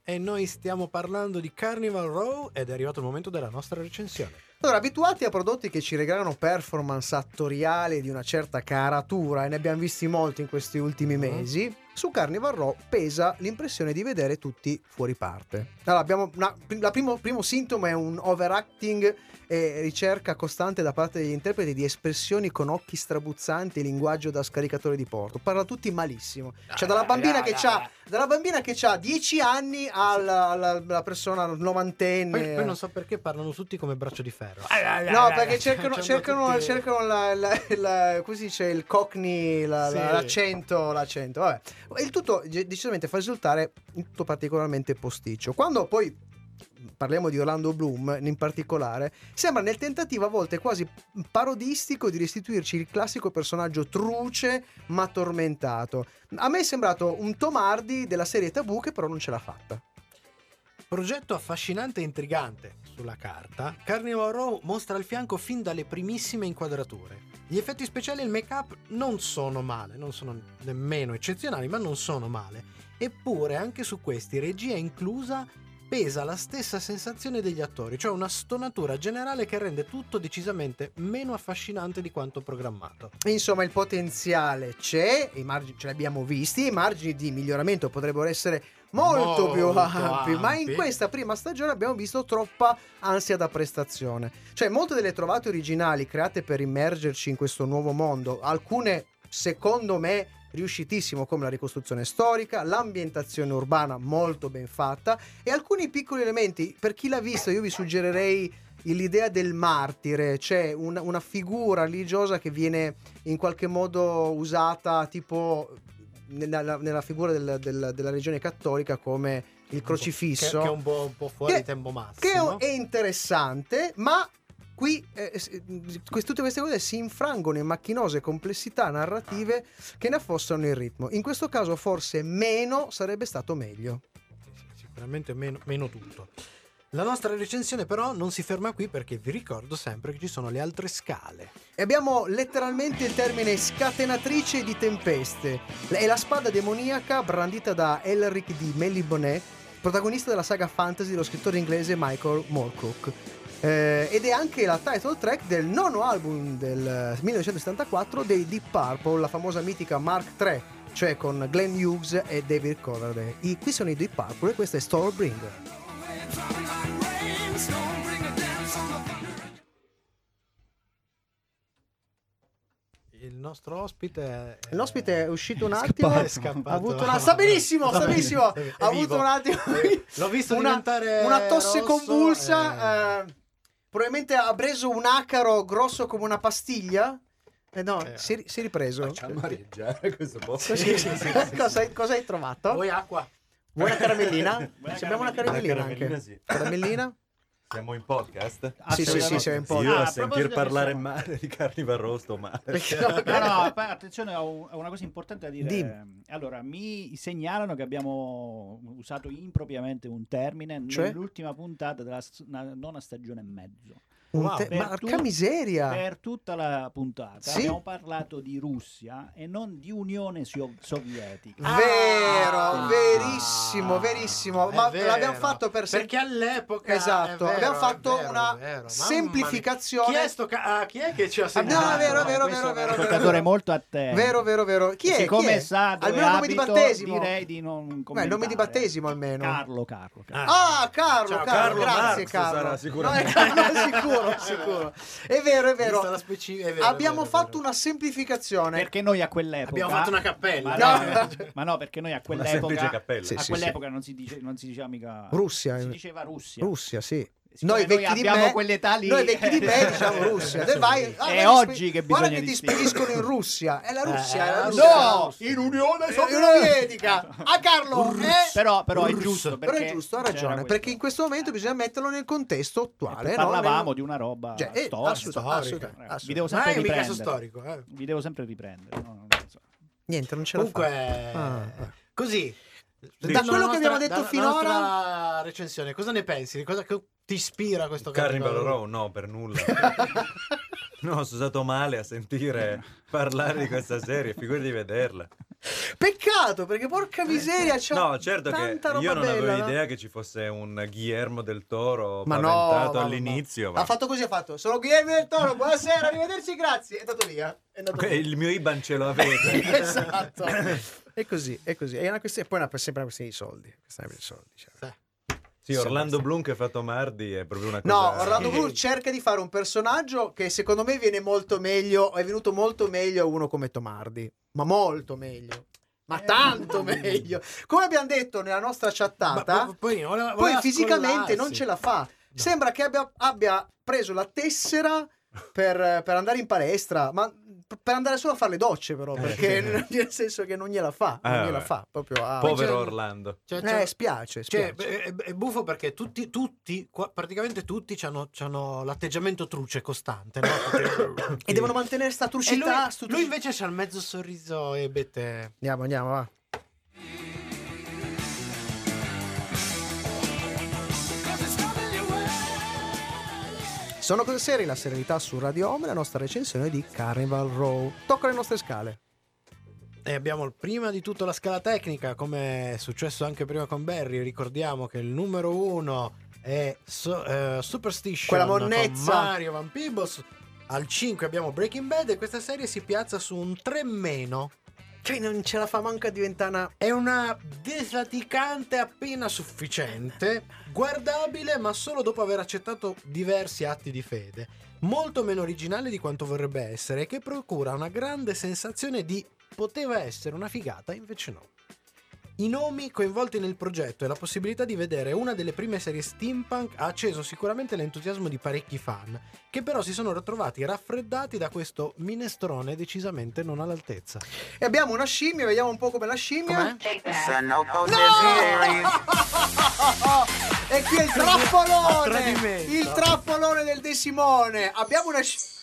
Speaker 4: E noi stiamo parlando di Carnival Row ed è arrivato il momento della nostra recensione.
Speaker 1: Allora, abituati a prodotti che ci regalano performance attoriali di una certa caratura, e ne abbiamo visti molti in questi ultimi
Speaker 4: Mm-hmm.
Speaker 1: mesi, su Carnival Row pesa l'impressione di vedere tutti fuori parte. Allora, abbiamo una- la primo, primo sintomo è un overacting e ricerca costante da parte degli interpreti di espressioni con occhi strabuzzanti e linguaggio da scaricatore di porto. Parla tutti malissimo.
Speaker 4: Ah,
Speaker 1: Cioè, dalla bambina che ha dalla bambina che ha 10 anni alla, alla- alla persona novantenne.
Speaker 4: Poi, poi non so perché parlano tutti come braccio di ferro.
Speaker 1: No, perché cercano,
Speaker 4: Facciamo
Speaker 1: cercano,
Speaker 4: tutti-
Speaker 1: cercano la, la- la- come si dice, il cockney, la- la-
Speaker 4: Sì.
Speaker 1: l'accento, l'accento, vabbè. Il tutto ge- decisamente fa risultare il tutto particolarmente posticcio. Quando poi parliamo di Orlando Bloom in particolare, sembra nel tentativo a volte quasi parodistico di restituirci il classico personaggio truce ma tormentato. A me è sembrato un Tomardi della serie Tabù che però non ce l'ha fatta.
Speaker 4: Progetto affascinante e intrigante sulla carta, Carnival Row mostra il fianco fin dalle primissime inquadrature. Gli effetti speciali e il make-up non sono male, non sono nemmeno eccezionali, ma non sono male. Eppure anche su questi, regia inclusa, pesa la stessa sensazione degli attori, cioè una stonatura generale che rende tutto decisamente meno affascinante di quanto programmato.
Speaker 1: Insomma, il potenziale c'è, i margini ce li abbiamo visti, i margini di miglioramento potrebbero essere molto,
Speaker 4: Molto
Speaker 1: più ampi, ma in
Speaker 4: ampi.
Speaker 1: questa prima stagione abbiamo visto troppa ansia da prestazione. Cioè, molte delle trovate originali create per immergerci in questo nuovo mondo, alcune secondo me riuscitissimo come la ricostruzione storica, l'ambientazione urbana molto ben fatta e alcuni piccoli elementi, per chi l'ha visto io vi suggerirei l'idea del martire, cioè un- una figura religiosa che viene in qualche modo usata tipo nella, nella figura del- del- della religione cattolica come il crocifisso
Speaker 4: Che, che è un po', un po' fuori
Speaker 1: Che-
Speaker 4: tempo massimo.
Speaker 1: che è- è interessante, ma qui eh, s- quest- tutte queste cose si infrangono in macchinose complessità narrative che ne affossano il ritmo. In questo caso forse meno sarebbe stato meglio.
Speaker 4: sicuramente meno, meno tutto. La nostra recensione però non si ferma qui perché vi ricordo sempre che ci sono le altre scale.
Speaker 1: E abbiamo letteralmente il termine scatenatrice di tempeste. È la spada demoniaca brandita da Elric di Melibonet, protagonista della saga fantasy dello scrittore inglese Michael Moorcock. Eh, ed è anche la title track del nono album del eh, 1974 dei Deep Purple, la famosa mitica Mark III, cioè con Glenn Hughes e David Coverdale. I- qui sono i Deep Purple e questa è Stormbringer.
Speaker 4: Il nostro ospite... È...
Speaker 1: L'ospite è uscito un
Speaker 6: È
Speaker 1: attimo.
Speaker 6: scappato.
Speaker 4: è scappato.
Speaker 1: Ha avuto
Speaker 4: [laughs]
Speaker 1: una... Sta benissimo, sta
Speaker 4: Va bene,
Speaker 1: benissimo.
Speaker 4: è vivo.
Speaker 1: Ha avuto un attimo...
Speaker 4: L'ho visto
Speaker 1: una,
Speaker 4: diventare
Speaker 1: una tosse
Speaker 4: rosso,
Speaker 1: convulsa.
Speaker 4: eh.
Speaker 1: eh, probabilmente ha preso un acaro grosso come una pastiglia. Eh no,
Speaker 4: Eh.
Speaker 1: si, è- si è ripreso.
Speaker 6: Facciamo a reggiare questo posto.
Speaker 1: Sì, sì, sì. cosa, hai, cosa hai trovato?
Speaker 4: Vuoi acqua?
Speaker 1: Vuoi una
Speaker 4: [laughs]
Speaker 1: caramellina?
Speaker 2: Buona
Speaker 1: Sembrava una
Speaker 2: caramellina.
Speaker 6: Una
Speaker 1: caramellina,
Speaker 6: caramellina,
Speaker 1: anche.
Speaker 6: sì.
Speaker 1: Caramellina?
Speaker 3: Siamo in podcast?
Speaker 1: Sì, sì, sì, siamo in
Speaker 6: Sì,
Speaker 1: podcast.
Speaker 6: io
Speaker 2: Ah,
Speaker 6: a
Speaker 2: a proposito
Speaker 6: sentir
Speaker 2: di
Speaker 6: parlare
Speaker 2: questo-
Speaker 6: male di Carnival Rosto, ma
Speaker 3: [laughs]
Speaker 1: Perché no,
Speaker 2: No, no, pa- attenzione, ho un- ho una cosa importante da dire. Ehm,
Speaker 1: Dimmi.
Speaker 2: Allora, mi segnalano che abbiamo usato impropriamente un termine
Speaker 1: Cioè?
Speaker 2: nell'ultima puntata della s- na- nona stagione e mezzo.
Speaker 1: un
Speaker 4: Wow.
Speaker 1: te-
Speaker 2: Per
Speaker 1: Marca
Speaker 2: tu-
Speaker 1: miseria.
Speaker 2: Per tutta la puntata
Speaker 1: Ah. Sì?
Speaker 2: abbiamo parlato di Russia e non di Unione Sio- Sovietica.
Speaker 1: Vero,
Speaker 2: Ah.
Speaker 1: verissimo, verissimo.
Speaker 4: È
Speaker 1: Ma
Speaker 4: vero.
Speaker 1: l'abbiamo fatto per sem-
Speaker 4: Perché all'epoca...
Speaker 1: Esatto,
Speaker 4: è vero,
Speaker 1: abbiamo
Speaker 4: è
Speaker 1: fatto
Speaker 4: vero,
Speaker 1: una
Speaker 4: è vero. Mamma mia.
Speaker 1: semplificazione.
Speaker 4: Chi è, sto ca- ah, chi è che ci ha
Speaker 1: Ah, no,
Speaker 4: segnalato?
Speaker 1: è vero, è vero, è
Speaker 4: Questo
Speaker 1: vero, è vero, è
Speaker 4: [laughs]
Speaker 1: vero.
Speaker 2: ascoltatore molto attento.
Speaker 1: Eh. Vero, vero, vero. Chi è?
Speaker 2: Siccome
Speaker 1: Chi è?
Speaker 2: sa dove
Speaker 1: Almeno nome di
Speaker 2: abito,
Speaker 1: battesimo.
Speaker 2: direi di non
Speaker 1: Beh, il nome di
Speaker 2: commentare.
Speaker 1: battesimo almeno.
Speaker 2: Carlo, Carlo, Carlo.
Speaker 1: Ah, Carlo, Carlo,
Speaker 4: Ciao,
Speaker 6: Carlo
Speaker 1: grazie
Speaker 6: Marx
Speaker 1: Carlo.
Speaker 6: sarà sicuramente.
Speaker 1: No, è Carlo, [laughs] sicuro, sicuro. È vero, è vero.
Speaker 4: Vista la speci- è vero,
Speaker 1: Abbiamo
Speaker 4: è vero, è
Speaker 1: fatto
Speaker 4: vero.
Speaker 1: una semplificazione.
Speaker 2: Perché noi a quell'epoca
Speaker 4: Abbiamo fatto una cappella.
Speaker 2: Ma
Speaker 1: [laughs]
Speaker 2: no,
Speaker 1: No.
Speaker 2: ma no, perché noi a
Speaker 6: una semplice
Speaker 2: quell'epoca
Speaker 6: cappella.
Speaker 1: Sì,
Speaker 2: a
Speaker 1: sì,
Speaker 2: quell'epoca non si dice non si diceva mica
Speaker 1: Russia. eh.
Speaker 2: Si diceva Russia.
Speaker 1: Russia, sì.
Speaker 2: Siccome
Speaker 1: noi vecchi di
Speaker 2: abbiamo
Speaker 1: me-
Speaker 2: quell'età lì.
Speaker 1: Noi vecchi di me
Speaker 2: [laughs]
Speaker 1: diciamo Russia. Dai, vai, ah,
Speaker 2: È
Speaker 1: vai,
Speaker 2: oggi che
Speaker 1: Guarda
Speaker 2: bisogna
Speaker 1: che ti
Speaker 2: distinguere.
Speaker 1: spediscono in Russia. È la Russia,
Speaker 4: Eh,
Speaker 1: è la
Speaker 4: no!
Speaker 1: Russia.
Speaker 6: in Unione
Speaker 1: È una medica. A Carlo, eh?
Speaker 2: Eh, Però, però è
Speaker 4: Russo.
Speaker 2: giusto
Speaker 1: Però
Speaker 2: perché
Speaker 1: è giusto, ha
Speaker 2: c'era
Speaker 1: ragione,
Speaker 2: questo. Eh,
Speaker 1: perché in questo momento bisogna metterlo nel contesto attuale. no?
Speaker 2: parlavamo
Speaker 1: Nel-
Speaker 2: di una roba
Speaker 1: Cioè, eh,
Speaker 2: storica.
Speaker 1: assoluta-
Speaker 4: storica.
Speaker 1: assoluta-
Speaker 2: Ragazzi,
Speaker 1: assoluta.
Speaker 2: Vi devo
Speaker 4: Ma
Speaker 2: sempre
Speaker 4: è un caso
Speaker 2: riprendere.
Speaker 4: storico, eh.
Speaker 2: Vi devo sempre riprendere. no, no, non so.
Speaker 1: Niente, non ce la
Speaker 4: Comunque,
Speaker 1: fa. Ah, ah.
Speaker 4: così
Speaker 1: Da quello che abbiamo detto finora-
Speaker 4: La recensione, cosa ne pensi? Di cosa che ti ispira questo
Speaker 3: Carnival
Speaker 4: Carnival
Speaker 3: Row no,
Speaker 1: [laughs]
Speaker 3: per nulla. No, sono stato male a sentire parlare di questa serie, figurati di vederla.
Speaker 1: Peccato, perché porca miseria, c'è
Speaker 3: No, certo che
Speaker 1: tanta roba
Speaker 3: io non
Speaker 1: bella,
Speaker 3: avevo
Speaker 1: no?
Speaker 3: idea che ci fosse un Guillermo del Toro
Speaker 1: Ma no,
Speaker 3: paventato
Speaker 1: ma- ma-
Speaker 3: all'inizio. ma-
Speaker 1: Ha fatto così, ha fatto. Sono Guillermo del Toro, buonasera, arrivederci, grazie. È andato via. È andato
Speaker 3: Que-
Speaker 1: via.
Speaker 3: Il mio IBAN ce lo avete.
Speaker 1: [laughs] esatto. è così, è così. È una questione, poi è una- sempre una questione di soldi. Questione di soldi cioè.
Speaker 3: Sì, Orlando Bloom che ha fatto Mardi è proprio una cosa...
Speaker 1: No, Orlando
Speaker 4: Sì.
Speaker 1: Bloom cerca di fare un personaggio che secondo me viene molto meglio, è venuto molto meglio a uno come Tomardi, ma molto meglio. Ma tanto meglio. Come abbiamo detto nella nostra chattata,
Speaker 4: poi, voleva-
Speaker 1: poi
Speaker 4: voleva
Speaker 1: fisicamente non
Speaker 4: scollarsi.
Speaker 1: ce la fa. Sembra che abbia, abbia preso la tessera per, per andare in palestra, ma per andare solo a fare le docce però, perché [laughs] nel senso che non gliela fa, non
Speaker 3: Ah,
Speaker 1: gliela
Speaker 3: beh.
Speaker 1: fa proprio a...
Speaker 3: [laughs] Povero
Speaker 4: Cioè-
Speaker 3: Orlando.
Speaker 4: Cioè,
Speaker 1: Eh,
Speaker 4: cioè-
Speaker 1: spiace,
Speaker 4: Cioè,
Speaker 1: spiace.
Speaker 4: beh, è, è buffo perché tutti, tutti qua- praticamente tutti hanno, l'atteggiamento truce costante. no? Tutti-
Speaker 1: e devono mantenere sta
Speaker 4: E lui,
Speaker 1: trucità. sto
Speaker 4: lui invece c'ha il mezzo sorriso e bette.
Speaker 1: Andiamo, andiamo, va. Sono cose serie, la serenità su Radio Home, la nostra recensione di Carnival Row. Tocca le nostre scale.
Speaker 4: E abbiamo il- prima di tutto la scala tecnica, come è successo anche prima con Barry. Ricordiamo che il numero uno è so- eh, Superstition
Speaker 1: Quella monnezza.
Speaker 4: con Mario Van Peebles. Al 5 abbiamo Breaking Bad e questa serie si piazza su un 3 meno.
Speaker 1: Cioè, non ce la fa manca a diventare una...
Speaker 4: È una defaticante appena sufficiente, guardabile ma solo dopo aver accettato diversi atti di fede, molto meno originale di quanto vorrebbe essere e che procura una grande sensazione di poteva essere una figata invece no. I nomi coinvolti nel progetto e la possibilità di vedere una delle prime serie steampunk ha acceso sicuramente l'entusiasmo di parecchi fan, che però si sono ritrovati raffreddati da questo minestrone decisamente non all'altezza.
Speaker 1: E abbiamo una scimmia, vediamo un po' come la scimmia.
Speaker 4: Com'è? Oh,
Speaker 1: E qui è il trappolone!
Speaker 4: tradimento.
Speaker 1: Il trappolone del De Simone! Abbiamo una scimmia...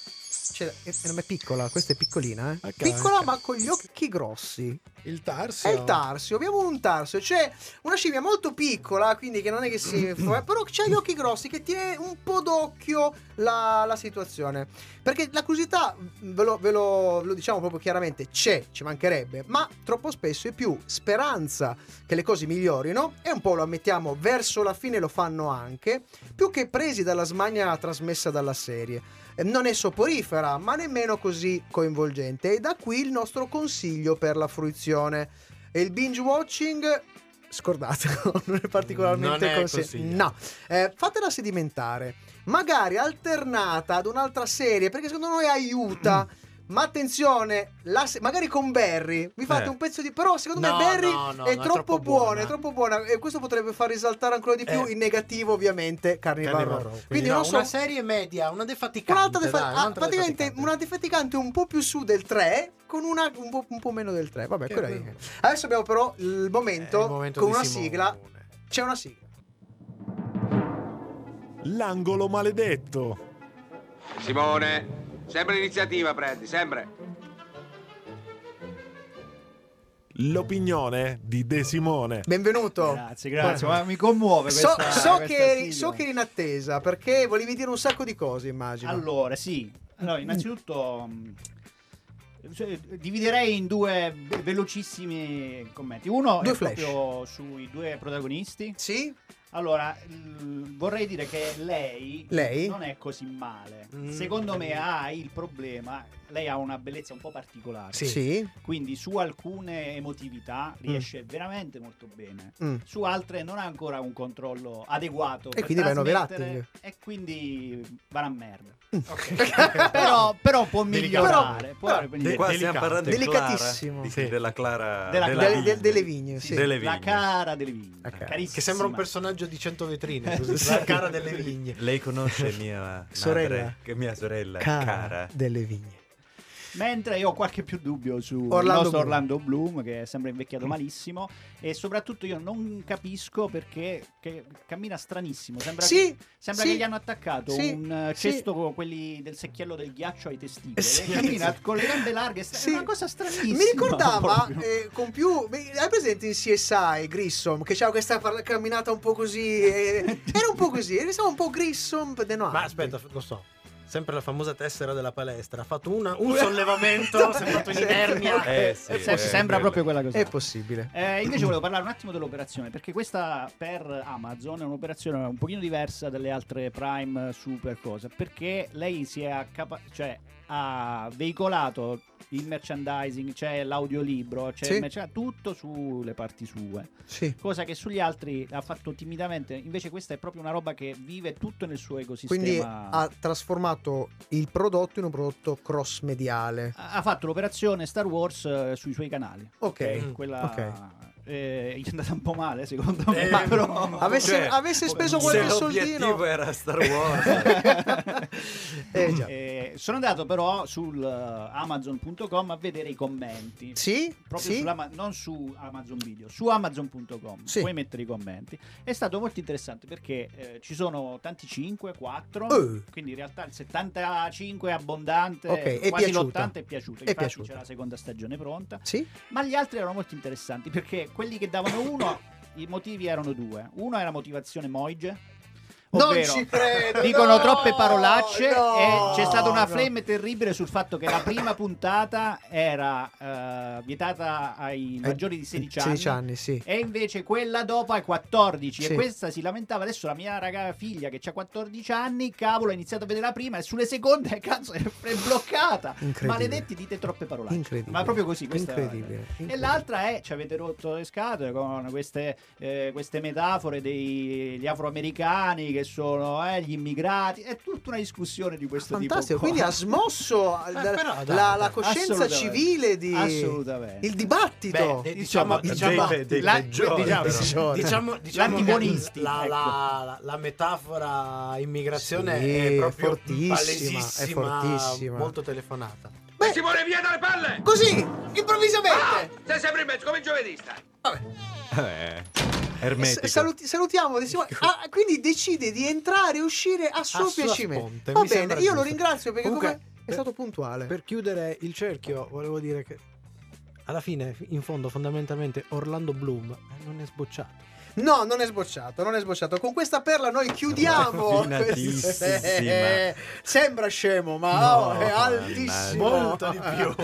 Speaker 1: Cioè, è, è- ma è piccola, questa è piccolina, eh.
Speaker 4: Ok,
Speaker 1: piccola
Speaker 4: ok.
Speaker 1: ma con gli occhi grossi.
Speaker 4: Il Tarsi.
Speaker 1: È il tarsio, abbiamo un tarsio, cioè una scimmia molto piccola, quindi che non è che si... fa- però c'ha gli occhi grossi che tiene un po' d'occhio la, la situazione. Perché la curiosità, ve lo, ve lo- ve lo diciamo proprio chiaramente, c'è, ci mancherebbe, ma troppo spesso è più speranza che le cose migliorino, e un po' lo ammettiamo, verso la fine lo fanno anche, più che presi dalla smania trasmessa dalla serie. Eh, Non è soporifera, ma nemmeno così coinvolgente, e da qui il nostro consiglio per la fruizione. E il binge watching, scordatelo, [laughs] non è particolarmente
Speaker 4: Non è
Speaker 1: consig-
Speaker 4: consigliato.
Speaker 1: No, Eh, fatela sedimentare, magari alternata ad un'altra serie, perché secondo noi aiuta.
Speaker 4: Mm.
Speaker 1: Ma attenzione, la se- magari con Barry vi fate
Speaker 3: Eh.
Speaker 1: un pezzo di. Però secondo
Speaker 4: No,
Speaker 1: me Barry
Speaker 4: no, no,
Speaker 1: è,
Speaker 4: no, è
Speaker 1: troppo
Speaker 4: troppo
Speaker 1: buona,
Speaker 4: buona.
Speaker 1: è troppo buona. E questo potrebbe far risaltare ancora di più
Speaker 4: Eh.
Speaker 1: in negativo, ovviamente, Carnival,
Speaker 4: Carnival
Speaker 1: Row.
Speaker 4: Row. Quindi,
Speaker 1: Quindi
Speaker 4: no,
Speaker 1: non so.
Speaker 4: una serie media, una defaticante.
Speaker 1: Un'altra defa-
Speaker 4: dai,
Speaker 1: ah,
Speaker 4: un'altra
Speaker 1: praticamente
Speaker 4: defaticante.
Speaker 1: una defaticante un po' più su del 3 con una un po', un po' meno del 3 vabbè
Speaker 4: Che
Speaker 1: quella lì.
Speaker 4: bello.
Speaker 1: adesso abbiamo però il
Speaker 4: È
Speaker 1: momento,
Speaker 4: Eh, il momento
Speaker 1: con
Speaker 4: di
Speaker 1: una
Speaker 4: Simone.
Speaker 1: sigla c'è una sigla
Speaker 9: L'angolo maledetto.
Speaker 8: Simone, sempre l'iniziativa prendi, sempre.
Speaker 9: L'opinione di De Simone.
Speaker 1: benvenuto
Speaker 2: Grazie, grazie, ma mi commuove
Speaker 1: Oh. so,
Speaker 2: Eh, questa-
Speaker 1: so
Speaker 2: questa
Speaker 1: che eri,
Speaker 2: sigla.
Speaker 1: so che eri in attesa perché volevi dire un sacco di cose immagino Mm.
Speaker 2: Allora, sì. Allora, innanzitutto mh, cioè, dividerei in due ve- velocissimi commenti. Uno
Speaker 1: Due
Speaker 2: è
Speaker 1: flash.
Speaker 2: proprio sui due protagonisti.
Speaker 1: sì?
Speaker 2: Allora, l- vorrei dire che lei,
Speaker 1: Lei?
Speaker 2: non è così male.
Speaker 4: Mm.
Speaker 2: Secondo me ha il problema, lei ha una bellezza un po' particolare.
Speaker 1: sì,
Speaker 2: Quindi su alcune emotività riesce veramente molto bene.
Speaker 1: Mm.
Speaker 2: Su altre non ha ancora un controllo adeguato. per
Speaker 1: quindi vanno
Speaker 2: trasmettere,
Speaker 1: velati.
Speaker 2: E quindi vanno a merda.
Speaker 1: Mm. [laughs]
Speaker 4: Ok.
Speaker 2: però, però può
Speaker 4: Delicato.
Speaker 2: migliorare. può
Speaker 1: Però-
Speaker 2: migliorare.
Speaker 3: Qua stiamo
Speaker 4: delicato.
Speaker 3: parlando di
Speaker 1: Delicatissimo.
Speaker 3: Clara, di-
Speaker 4: Sì.
Speaker 3: della Clara...
Speaker 2: Della
Speaker 1: Del-
Speaker 2: Clara.
Speaker 1: del-
Speaker 2: vigne.
Speaker 1: delle vigne sì.
Speaker 3: Sì, delle
Speaker 2: la
Speaker 3: vigne.
Speaker 2: cara delle vigne.
Speaker 1: La cara.
Speaker 2: Carissima.
Speaker 4: Che sembra un personaggio di 100 vetrine. così, la cara delle vigne.
Speaker 3: Lei conosce mia
Speaker 1: [laughs]
Speaker 3: madre,
Speaker 1: Sorella.
Speaker 3: che mia sorella,
Speaker 1: Cara
Speaker 3: cara.
Speaker 1: delle vigne
Speaker 2: Mentre io ho qualche più dubbio su
Speaker 1: Orlando
Speaker 2: il nostro
Speaker 1: Bloom. Mm.
Speaker 2: Orlando Bloom, che è sempre invecchiato malissimo, e soprattutto io non capisco perché che cammina stranissimo. Sembra,
Speaker 1: Sì,
Speaker 2: che, sembra
Speaker 1: sì,
Speaker 2: che gli hanno attaccato
Speaker 1: sì,
Speaker 2: un eh,
Speaker 1: sì. Eh,
Speaker 2: cesto con quelli del secchiello del ghiaccio ai
Speaker 1: [laughs]
Speaker 2: testicoli.
Speaker 1: Sì.
Speaker 2: E cammina con le gambe larghe, è
Speaker 1: Sì.
Speaker 2: una cosa stranissima.
Speaker 1: Mi [laughs] ricordava
Speaker 2: proprio.
Speaker 1: eh, con più. mi- Hai presente in CSI Grissom? Che c'era questa parla- camminata un po' così. eh, era un po' così, era un po' Grissom. de no,
Speaker 4: Ma aspetta, lo so. Sempre la famosa tessera della palestra. Ha fatto una-
Speaker 1: [laughs]
Speaker 4: un sollevamento, si è fatto
Speaker 1: Sì.
Speaker 4: un'inernia.
Speaker 3: Eh, sì,
Speaker 2: Eh,
Speaker 3: eh,
Speaker 2: sembra
Speaker 3: bella.
Speaker 2: proprio quella cosa.
Speaker 1: È possibile.
Speaker 2: Eh, invece volevo parlare un attimo dell'operazione, perché questa per Amazon è un'operazione un pochino diversa dalle altre Prime eh, Super cose, perché lei si è accapa- cioè, ha veicolato il merchandising, c'è l'audiolibro, c'è
Speaker 1: Sì.
Speaker 2: il merch- tutto sulle parti sue,
Speaker 1: Sì.
Speaker 2: cosa che sugli altri ha fatto timidamente, invece questa è proprio una roba che vive tutto nel suo ecosistema.
Speaker 1: Quindi ha trasformato il prodotto in un prodotto cross mediale.
Speaker 2: ha fatto l'operazione Star Wars eh, sui suoi canali.
Speaker 1: Ok.
Speaker 2: Eh, quella
Speaker 1: ok.
Speaker 2: eh, gli è andata un po' male, secondo me. [laughs]
Speaker 4: Eh,
Speaker 2: ma però
Speaker 1: Avesse,
Speaker 3: Cioè,
Speaker 1: avesse speso
Speaker 3: Se
Speaker 1: qualche
Speaker 3: l'obiettivo
Speaker 1: soldino. [laughs]
Speaker 3: era Star Wars,
Speaker 1: Eh, già.
Speaker 2: Eh, sono andato però sul eh, amazon.com a vedere i commenti.
Speaker 1: Sì,
Speaker 2: Proprio
Speaker 1: sì.
Speaker 2: sull'Ama- non su Amazon Video, su amazon.com.
Speaker 1: Sì.
Speaker 2: Puoi mettere i commenti. È stato molto interessante perché eh, ci sono tanti 5, 4.
Speaker 1: Eh.
Speaker 2: Quindi in realtà il 75 è abbondante,
Speaker 1: Ok, è
Speaker 2: quasi
Speaker 1: piaciuta.
Speaker 2: l'80 è piaciuto.
Speaker 1: È
Speaker 2: Infatti
Speaker 1: piaciuta.
Speaker 2: c'è la seconda stagione pronta.
Speaker 1: Sì?
Speaker 2: Ma gli altri erano molto interessanti perché quelli che davano uno, i motivi erano due. Uno era motivazione Moige.
Speaker 1: Non
Speaker 2: ovvero
Speaker 1: ci credo,
Speaker 2: [laughs] Dicono
Speaker 1: no,
Speaker 2: troppe parolacce
Speaker 1: no,
Speaker 2: e c'è stata una
Speaker 1: no.
Speaker 2: flemme terribile sul fatto che la prima puntata era eh, vietata ai maggiori di 16 anni.
Speaker 1: 16 Eh, anni, sì.
Speaker 2: E invece quella dopo ai 14
Speaker 1: Sì.
Speaker 2: e questa si lamentava adesso la mia raga figlia che ha 14 anni, cavolo, ha iniziato a vedere la prima e sulle seconde [laughs] cazzo è è bloccata.
Speaker 1: Incredibile.
Speaker 2: Maledetti dite troppe parolacce.
Speaker 1: Incredibile.
Speaker 2: Ma proprio così, questa
Speaker 1: Incredibile,
Speaker 2: E
Speaker 1: incredibile.
Speaker 2: l'altra è ci avete rotto le scatole con queste, eh, queste metafore degli afroamericani che sono eh, gli immigrati, è tutta una discussione di questo
Speaker 1: Fantastico,
Speaker 2: tipo. qua.
Speaker 1: quindi ha
Speaker 4: [laughs]
Speaker 2: [laughs]
Speaker 1: smosso eh, da-
Speaker 4: però, dai,
Speaker 1: la, la
Speaker 4: dai.
Speaker 1: coscienza
Speaker 2: Assolutamente.
Speaker 1: civile di
Speaker 2: Assolutamente.
Speaker 1: il dibattito.
Speaker 4: Beh, diciamo,
Speaker 2: Diciamo-
Speaker 4: diciamo,
Speaker 3: dei- dei
Speaker 2: la-
Speaker 3: peggiori,
Speaker 2: diciamo-
Speaker 3: però.
Speaker 1: Diciamo-
Speaker 4: diciamo, diciamo
Speaker 2: L'antagonisti,
Speaker 4: che la,
Speaker 2: ecco.
Speaker 4: la- la- la metafora immigrazione
Speaker 1: Sì,
Speaker 4: è proprio
Speaker 1: fortissima, è
Speaker 4: palesissima,
Speaker 1: fortissima.
Speaker 4: molto telefonata.
Speaker 7: Eh.
Speaker 1: Beh,
Speaker 6: Simone, via dalle palle! Ah!
Speaker 1: così,
Speaker 4: Ah!
Speaker 1: improvvisamente.
Speaker 6: Sei sempre in mezzo come il giovedista!
Speaker 3: eh,
Speaker 1: S-
Speaker 3: ermetico.
Speaker 1: saluti- salutiamo De
Speaker 4: [laughs]
Speaker 1: Simone. Ah, quindi decide di entrare e uscire a suo
Speaker 4: A sua
Speaker 1: piacimento.
Speaker 4: sponte,
Speaker 1: Va
Speaker 4: mi
Speaker 1: bene,
Speaker 4: sembra
Speaker 1: io lo
Speaker 4: giusto.
Speaker 1: ringrazio perché
Speaker 4: Comunque,
Speaker 1: come è
Speaker 4: per-
Speaker 1: stato puntuale.
Speaker 4: Per chiudere il cerchio, volevo dire che alla fine, in fondo, fondamentalmente Orlando Bloom eh, non è sbocciato.
Speaker 1: No, non è sbocciato, non è sbocciato. Con questa perla noi
Speaker 4: [laughs]
Speaker 1: chiudiamo.
Speaker 3: Raffinatissima.
Speaker 1: Eh, [laughs] sembra scemo, ma
Speaker 3: No,
Speaker 1: oh, è altissimo.
Speaker 4: Molto di
Speaker 1: [laughs]
Speaker 4: più.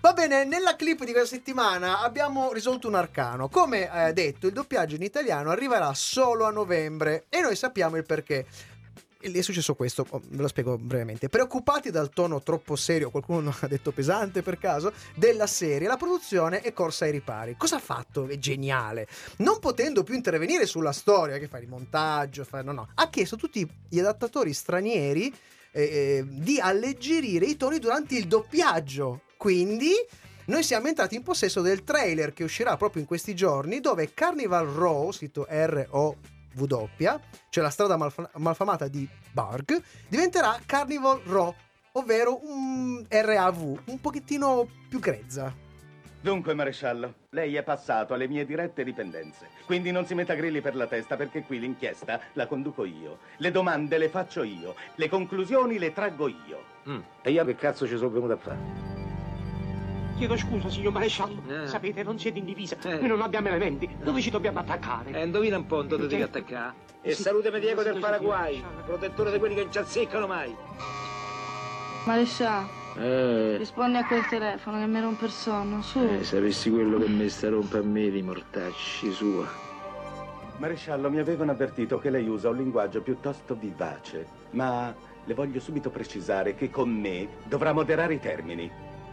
Speaker 1: Va bene, nella clip di questa settimana abbiamo risolto un arcano. Come eh, detto, il doppiaggio in italiano arriverà solo a novembre e noi sappiamo il perché. E lì È successo questo, oh, ve lo spiego brevemente. Preoccupati dal tono troppo serio, qualcuno ha detto pesante per caso, della serie, la produzione è corsa ai ripari. Cosa ha fatto? È geniale. Non potendo più intervenire sulla storia, che fa il montaggio, fa... no, no, ha chiesto a tutti gli adattatori stranieri eh, eh, di alleggerire i toni durante il doppiaggio. Quindi noi siamo entrati in possesso del trailer che uscirà proprio in questi giorni, dove Carnival Row, scritto R-O-W, cioè la strada malfa- malfamata di Barg, diventerà Carnival Row, ovvero un RAV, un pochettino più grezza.
Speaker 6: Dunque, maresciallo, lei è passato alle mie dirette dipendenze. Quindi non si metta grilli per la testa perché qui l'inchiesta la conduco io. Le domande le faccio io. Le conclusioni le traggo io. Mm. E io che cazzo ci sono venuto a fare?
Speaker 10: Chiedo scusa, signor maresciallo.
Speaker 7: Eh.
Speaker 10: Sapete, non siete in divisa.
Speaker 7: Eh.
Speaker 10: Noi non abbiamo elementi. Dove ci dobbiamo attaccare?
Speaker 7: E indovina un po' dove devi attaccare.
Speaker 10: E salutami Diego del Paraguay,
Speaker 7: protettore di quelli che non ci azzeccano mai.
Speaker 11: Marescià, rispondi a quel telefono che mi rompe il sonno, su.
Speaker 7: Eh, sapessi quello che mi sta rompa a me di mortacci sua.
Speaker 6: Maresciallo, mi avevano avvertito che lei usa un linguaggio piuttosto vivace, ma le voglio subito precisare che con me dovrà moderare i termini.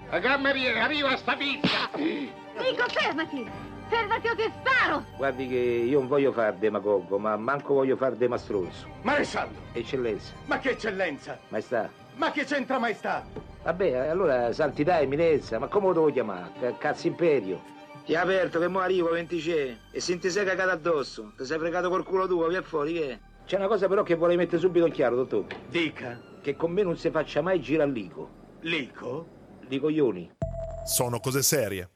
Speaker 10: La cameriera, arriva sta pizza!
Speaker 11: Nico, fermati! Fermati o ti sparo!
Speaker 7: Guardi che io non voglio far demagogo, ma manco voglio far demastronzo.
Speaker 6: Maresciallo,
Speaker 7: Eccellenza,
Speaker 6: ma che eccellenza!
Speaker 7: maestà.
Speaker 6: Ma che c'entra maestà?
Speaker 7: Vabbè, allora santità, eminenza, ma come lo devo chiamare? C- Cazzo imperio. Ti ha aperto che mo arrivo, 26, e se ti sei cagato addosso, ti sei fregato col culo tuo, via fuori, che? C'è una cosa però che vorrei mettere subito in chiaro, dottore,
Speaker 6: Dica,
Speaker 7: che con me non si faccia mai girare l'ICO.
Speaker 6: Lico?
Speaker 12: di coglioni.
Speaker 5: Sono cose serie.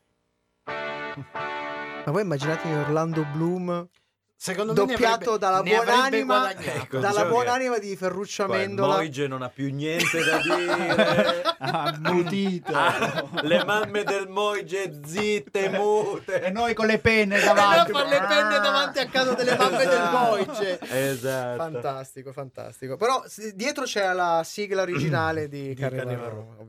Speaker 1: Ma voi immaginate Orlando Bloom
Speaker 4: Secondo me ne
Speaker 1: doppiato
Speaker 4: avrebbe-
Speaker 1: dalla
Speaker 4: ne avrebbe
Speaker 1: buonanima
Speaker 4: guadagnato.
Speaker 3: [laughs] Ecco,
Speaker 1: dalla
Speaker 3: diciamo
Speaker 1: buonanima di Ferruccio
Speaker 3: Qua il
Speaker 1: Amendola.
Speaker 3: Moige non ha più niente da dire.
Speaker 1: [laughs]
Speaker 2: [laughs] Ammutito.
Speaker 3: Ah, le mamme del Moige zitte, mute.
Speaker 2: E noi con le penne
Speaker 1: Davanti, Esatto.
Speaker 2: davanti. Ah.
Speaker 1: con le penne davanti a casa delle mamme del
Speaker 2: [laughs]
Speaker 1: Moige.
Speaker 3: Esatto.
Speaker 1: Fantastico, fantastico. Però s- dietro c'è la sigla originale di Carnevaro.
Speaker 3: [laughs]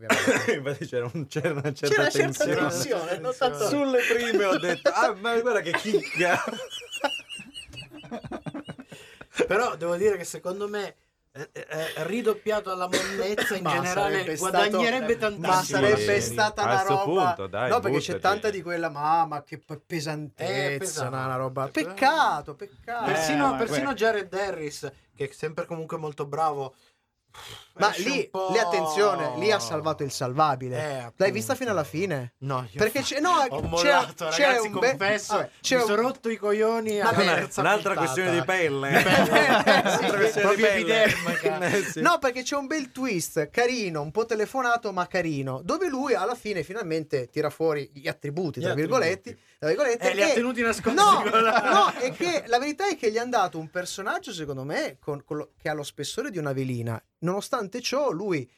Speaker 3: Infatti c'era, un- c'era una certa
Speaker 1: C'è Eh. una certa
Speaker 3: tensione.
Speaker 1: tensione, non tanto-
Speaker 3: Sulle prime ho detto, ah, ma guarda che chicca.
Speaker 4: Però devo dire che secondo me eh, eh, ridoppiato alla monnezza in
Speaker 1: Ma
Speaker 4: generale
Speaker 1: sarebbe stato-
Speaker 4: guadagnerebbe
Speaker 1: Ma
Speaker 4: tantissimo.
Speaker 1: sarebbe
Speaker 3: Sì.
Speaker 1: stata
Speaker 3: A
Speaker 1: una
Speaker 3: sto
Speaker 1: roba.
Speaker 3: punto, dai,
Speaker 1: no, perché c'è
Speaker 3: buttati.
Speaker 1: tanta di quella, mamma che p-
Speaker 4: Eh, è
Speaker 1: pesantezza.
Speaker 4: pesante.
Speaker 1: no, una roba. Peccato, peccato.
Speaker 4: Eh,
Speaker 1: Eh,
Speaker 4: persino,
Speaker 2: ma
Speaker 4: persino
Speaker 2: que-
Speaker 4: Jared Harris, che è sempre comunque molto bravo.
Speaker 1: Ma
Speaker 4: esce
Speaker 1: lì,
Speaker 4: un po'-
Speaker 1: lì, attenzione, lì ha salvato il salvabile.
Speaker 4: Eh,
Speaker 1: L'hai
Speaker 4: appunto.
Speaker 1: vista fino alla fine?
Speaker 4: No, io
Speaker 1: Perché c'è, no,
Speaker 4: ho
Speaker 1: c'è-
Speaker 4: mollato,
Speaker 1: c'è
Speaker 4: ragazzi,
Speaker 1: un be-
Speaker 4: confesso.
Speaker 1: vabbè, c'è
Speaker 4: mi
Speaker 1: un-
Speaker 4: sono rotto i coglioni alla
Speaker 1: Vabbè,
Speaker 4: terza
Speaker 3: Un'altra
Speaker 4: puntata.
Speaker 3: questione di pelle.
Speaker 4: Sì,
Speaker 3: [laughs] Un'altra questione di
Speaker 4: proprio
Speaker 3: pelle.
Speaker 4: epidermica.
Speaker 3: [laughs] Eh, sì.
Speaker 1: No, perché c'è un bel twist carino, un po' telefonato, ma carino, dove lui alla fine finalmente tira fuori gli attributi,
Speaker 4: Gli
Speaker 1: tra virgolette, tra virgolette,
Speaker 4: Eh, li ha tenuti nascosti
Speaker 1: No,
Speaker 4: con la-
Speaker 1: no, è che la verità è che gli hanno dato un personaggio, secondo me, con- con lo- che ha lo spessore di una velina. Nonostante ciò, lui,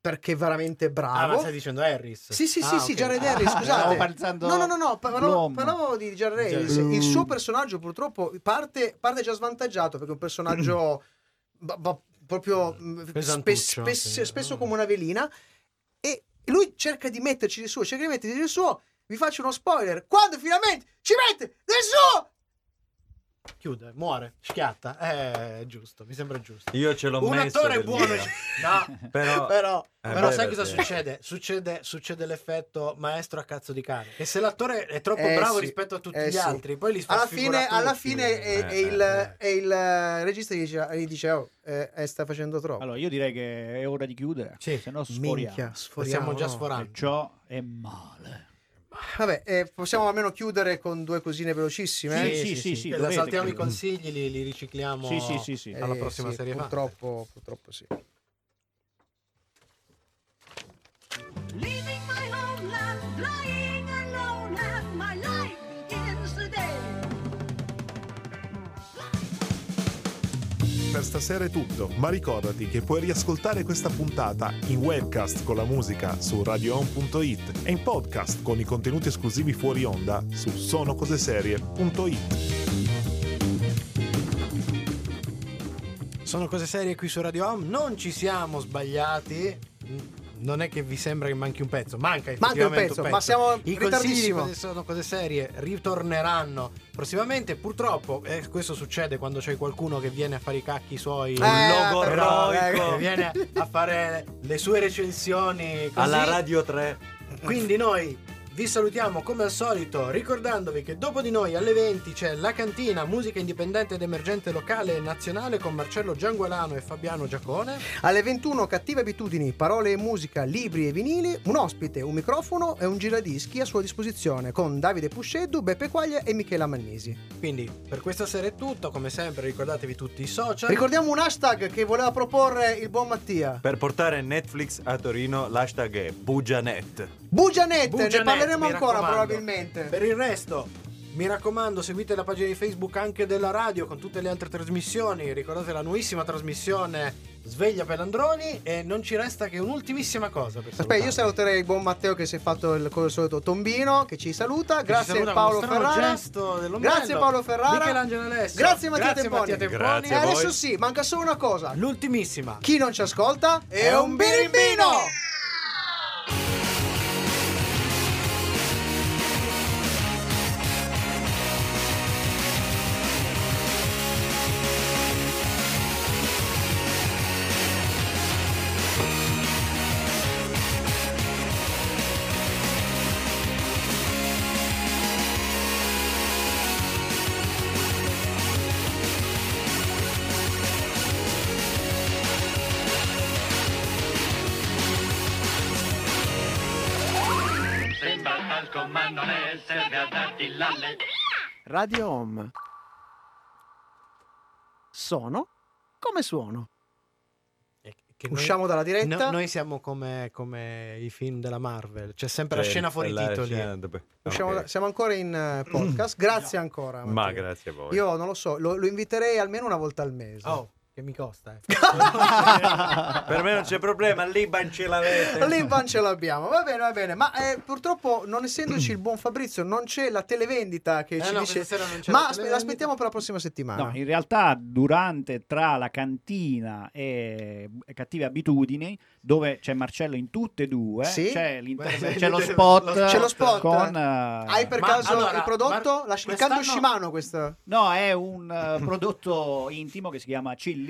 Speaker 1: perché è veramente
Speaker 4: Ah,
Speaker 1: bravo,
Speaker 4: ma stai dicendo Harris?
Speaker 1: Sì, sì, sì,
Speaker 4: Ah,
Speaker 1: sì,
Speaker 4: ok.
Speaker 1: Jared Harris,
Speaker 4: Ah,
Speaker 1: Eh, scusate.
Speaker 2: stavo pensando
Speaker 1: No, no, no, no, parlavo,
Speaker 2: Blom.
Speaker 1: parlavo di Jared Harris.
Speaker 2: Jared-
Speaker 1: Il suo personaggio purtroppo parte, parte già svantaggiato perché è un
Speaker 3: [clears throat]
Speaker 1: personaggio ba- ba- proprio mm, spe-
Speaker 4: Pesantuccio,
Speaker 1: spe-
Speaker 4: sì.
Speaker 1: spesso come una velina e lui cerca di metterci del suo, cerca di metterci del suo. Vi faccio uno spoiler. Quando finalmente ci mette del suo...
Speaker 4: Chiude, muore, schiatta. Eh, giusto, mi sembra giusto.
Speaker 3: Io ce l'ho
Speaker 4: Un
Speaker 3: messo.
Speaker 4: attore
Speaker 3: del
Speaker 4: buono.
Speaker 3: mio.
Speaker 1: [laughs]
Speaker 4: No.
Speaker 3: [laughs] Però,
Speaker 4: [laughs] Però,
Speaker 3: Eh,
Speaker 4: però
Speaker 3: beh,
Speaker 4: sai
Speaker 3: beh,
Speaker 4: cosa
Speaker 3: sì.
Speaker 4: succede? succede? Succede l'effetto maestro a cazzo di cane. E se l'attore è troppo
Speaker 1: Eh,
Speaker 4: bravo
Speaker 1: sì,
Speaker 4: rispetto a tutti
Speaker 1: eh,
Speaker 4: gli
Speaker 1: sì.
Speaker 4: altri, poi li
Speaker 1: Alla
Speaker 4: sfigura
Speaker 1: fine,
Speaker 4: tutti.
Speaker 1: alla fine è, è
Speaker 3: Eh,
Speaker 1: il,
Speaker 3: eh.
Speaker 1: è il, eh, regista gli dice, gli dice, oh, eh, eh, sta facendo troppo.
Speaker 2: Allora, io direi che è ora di chiudere.
Speaker 4: Sì.
Speaker 2: Se no sforiamo.
Speaker 1: Minchia,
Speaker 4: Stiamo
Speaker 1: sforiamo,
Speaker 4: già
Speaker 1: no.
Speaker 4: sforando.
Speaker 2: E ciò è male.
Speaker 1: Vabbè, eh, possiamo almeno chiudere con due cosine velocissime.
Speaker 2: Sì, sì, sì, sì,
Speaker 4: Eh,
Speaker 2: dovete
Speaker 4: saltiamo i
Speaker 2: chiudere.
Speaker 4: consigli, li, li ricicliamo.
Speaker 2: Sì, sì, sì, sì.
Speaker 4: Alla
Speaker 1: Eh,
Speaker 4: prossima
Speaker 1: sì,
Speaker 4: serie fan.
Speaker 1: Purtroppo, purtroppo sì.
Speaker 11: Leaving my homeland, flying alone, and my life begins today.
Speaker 5: Per stasera è tutto, ma ricordati che puoi riascoltare questa puntata in webcast con la musica su radioon.it e in podcast con i contenuti esclusivi fuori onda su sonocoseserie.it.
Speaker 4: Sono cose serie qui su Radio Home. Non ci siamo sbagliati. Non è che vi sembra che manchi un pezzo, manca effettivamente
Speaker 1: pezzo, ma siamo in
Speaker 4: I consigli di
Speaker 1: ritardissimo.
Speaker 4: cose- sono cose serie, ritorneranno prossimamente. Purtroppo, eh, questo succede quando c'è qualcuno che viene a fare i cacchi suoi.
Speaker 1: Eh,
Speaker 3: logorroico.
Speaker 1: però,
Speaker 4: che viene a fare le sue recensioni così.
Speaker 3: Alla Radio 3.
Speaker 4: Quindi noi vi salutiamo come al solito ricordandovi che dopo di noi alle 20 c'è La Cantina, musica indipendente ed emergente locale e nazionale con Marcello Giangualano e Fabiano Giacone.
Speaker 1: Alle 21 cattive abitudini, parole e musica, libri e vinili, un ospite, un microfono e un giradischi a sua disposizione con Davide Pusceddu, Beppe Quaglia e Michela Mannisi.
Speaker 4: Quindi per questa sera è tutto, come sempre ricordatevi tutti i social.
Speaker 1: Ricordiamo un hashtag che voleva proporre il buon Mattia.
Speaker 3: Per portare Netflix a Torino, l'hashtag è Bugianet.
Speaker 1: Bugianette,
Speaker 4: Bugianet,
Speaker 1: ne parleremo
Speaker 4: mi
Speaker 1: ancora
Speaker 4: raccomando.
Speaker 1: probabilmente.
Speaker 4: Per il resto, mi raccomando, seguite la pagina di Facebook anche della radio con tutte le altre trasmissioni. Ricordate la nuovissima trasmissione Sveglia per Androni e non ci resta che un'ultimissima cosa per
Speaker 1: Aspetta, io
Speaker 4: salutarvi.
Speaker 1: saluterei il buon Matteo che si è fatto il, come al solito tombino, che ci saluta. Grazie
Speaker 4: saluta con
Speaker 1: Paolo
Speaker 4: uno strano
Speaker 1: Ferrara.
Speaker 4: gesto dell'ombrello.
Speaker 1: Grazie Paolo Ferrara.
Speaker 4: Michelangelo Alessio.
Speaker 1: Grazie Mattia
Speaker 4: Grazie
Speaker 1: Temponi.
Speaker 4: Mattia Temponi.
Speaker 3: Grazie
Speaker 1: E
Speaker 3: a voi.
Speaker 1: adesso sì, manca solo una cosa.
Speaker 4: L'ultimissima.
Speaker 1: Chi non ci ascolta è un birimbino!
Speaker 7: Sembra il palco ma non è, serve a darti l'alle.
Speaker 13: Radio Home. Sono come suono.
Speaker 4: Che
Speaker 1: Usciamo dalla diretta.
Speaker 4: No, noi siamo come, come i film della Marvel, c'è sempre la
Speaker 3: Sì,
Speaker 4: scena fuori
Speaker 3: Eh, la
Speaker 4: titoli. eh.
Speaker 3: scena dove-
Speaker 1: Usciamo
Speaker 3: Ok.
Speaker 1: da- siamo ancora in eh, podcast. Grazie ancora.
Speaker 3: Ma
Speaker 1: Mattia.
Speaker 3: grazie a voi.
Speaker 1: Io non lo so, lo, lo inviterei almeno una volta al mese. [laughs]
Speaker 4: Oh, che mi costa. Eh.
Speaker 14: per me non c'è problema, l'Iban ce l'avete.
Speaker 1: L'Iban ce l'abbiamo, va bene, va bene, ma eh, purtroppo non essendoci il buon Fabrizio non c'è la televendita che
Speaker 4: Eh
Speaker 1: ci
Speaker 4: no,
Speaker 1: dice,
Speaker 4: questa sera non c'è
Speaker 1: ma
Speaker 4: la
Speaker 1: aspe-
Speaker 4: televendita."
Speaker 1: l'aspettiamo per la prossima settimana.
Speaker 2: No, in realtà durante tra la cantina e cattive abitudini, dove c'è Marcello in tutte e due,
Speaker 1: Sì.
Speaker 2: c'è,
Speaker 1: [laughs]
Speaker 2: l'inter-
Speaker 1: Beh,
Speaker 2: c'è lo
Speaker 1: lo-
Speaker 2: spot,
Speaker 1: c'è lo spot.
Speaker 2: con eh,
Speaker 1: Hai per
Speaker 4: Ma
Speaker 1: caso
Speaker 4: allora,
Speaker 1: il prodotto?
Speaker 4: Mar-
Speaker 1: La- il
Speaker 4: quest'anno-
Speaker 1: canto Shimano questa.
Speaker 2: No, è un eh, prodotto intimo che si chiama
Speaker 1: [laughs]
Speaker 2: Chilli.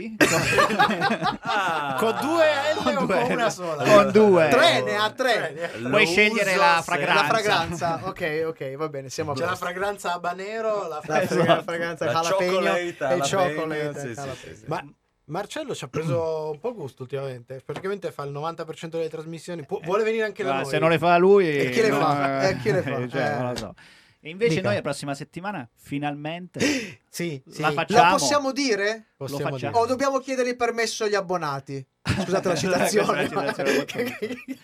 Speaker 3: Ah.
Speaker 4: Con due L
Speaker 2: Con
Speaker 4: o
Speaker 2: due
Speaker 4: con una
Speaker 2: L?
Speaker 4: sola?
Speaker 2: Con due.
Speaker 1: Tre, ne ha tre.
Speaker 14: Lo
Speaker 2: Puoi scegliere
Speaker 14: uso
Speaker 2: la
Speaker 14: se-
Speaker 2: fragranza.
Speaker 1: La fragranza, ok, ok, va bene, siamo a
Speaker 4: C'è la
Speaker 1: posto.
Speaker 4: fragranza habanero, la
Speaker 1: La,
Speaker 4: fragranza...
Speaker 1: fra- la fragranza
Speaker 14: La
Speaker 1: jalapeno e
Speaker 14: cioccolata,
Speaker 1: il
Speaker 14: jalapeno,
Speaker 1: cioccolate.
Speaker 14: sì, sì,
Speaker 1: jalapeno.
Speaker 14: sì, sì.
Speaker 4: Ma Marcello ci ha preso un po' gusto ultimamente. Praticamente fa il 90% delle trasmissioni. Pu- vuole venire anche da
Speaker 2: Ma
Speaker 4: noi.
Speaker 2: Ah, se non le fa lui,
Speaker 1: E chi le
Speaker 2: non-
Speaker 1: fa? E chi le fa?
Speaker 2: [laughs] cioè,
Speaker 1: Eh.
Speaker 2: non lo so. E invece
Speaker 4: Dica.
Speaker 2: noi la prossima settimana finalmente
Speaker 4: Sì, sì.
Speaker 2: la facciamo.
Speaker 1: La possiamo dire?
Speaker 4: Possiamo
Speaker 2: lo facciamo.
Speaker 1: O
Speaker 4: Oh,
Speaker 1: dobbiamo chiedere il permesso agli abbonati? [gasps]
Speaker 14: [laughs]
Speaker 2: [laughs]
Speaker 1: Scusate la citazione.
Speaker 2: Questa è la citazione
Speaker 1: [laughs]
Speaker 2: molto-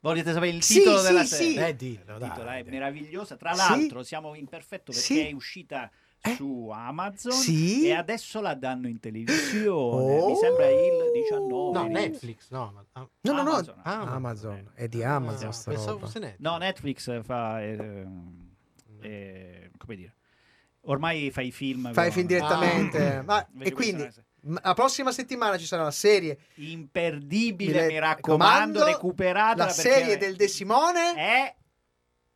Speaker 2: Volete sapere il
Speaker 1: Sì,
Speaker 2: titolo
Speaker 1: sì,
Speaker 2: della
Speaker 1: sì.
Speaker 2: serie?
Speaker 1: Eh,
Speaker 4: Eh, dillo,
Speaker 2: Il
Speaker 4: dai.
Speaker 2: titolo è
Speaker 4: dai.
Speaker 2: meravigliosa. Tra
Speaker 1: Sì.
Speaker 2: l'altro, siamo in perfetto perché
Speaker 1: Sì. Eh?
Speaker 2: è uscita su Amazon
Speaker 1: Sì.
Speaker 2: e adesso la danno in televisione. Mi
Speaker 1: Oh.
Speaker 2: sembra il 19.
Speaker 4: No, Netflix, no. ma- ah,
Speaker 1: No, no, no.
Speaker 2: Amazon.
Speaker 1: Amazon.
Speaker 4: Amazon.
Speaker 1: È di
Speaker 4: ah,
Speaker 1: Amazon sta
Speaker 4: pensavo
Speaker 1: roba.
Speaker 4: fosse Netflix.
Speaker 2: No, Netflix fa. eh, eh, come dire? Ormai fai i film.
Speaker 1: Fai
Speaker 2: con-
Speaker 1: film direttamente.
Speaker 2: Ah.
Speaker 1: Ma-
Speaker 2: Invece
Speaker 1: e
Speaker 2: questa
Speaker 1: quindi
Speaker 2: è
Speaker 1: ma- la prossima settimana ci sarà la serie.
Speaker 2: imperdibile,
Speaker 1: le-
Speaker 2: mi raccomando, recuperatela
Speaker 1: La
Speaker 2: perché
Speaker 1: serie del De Simone.
Speaker 2: è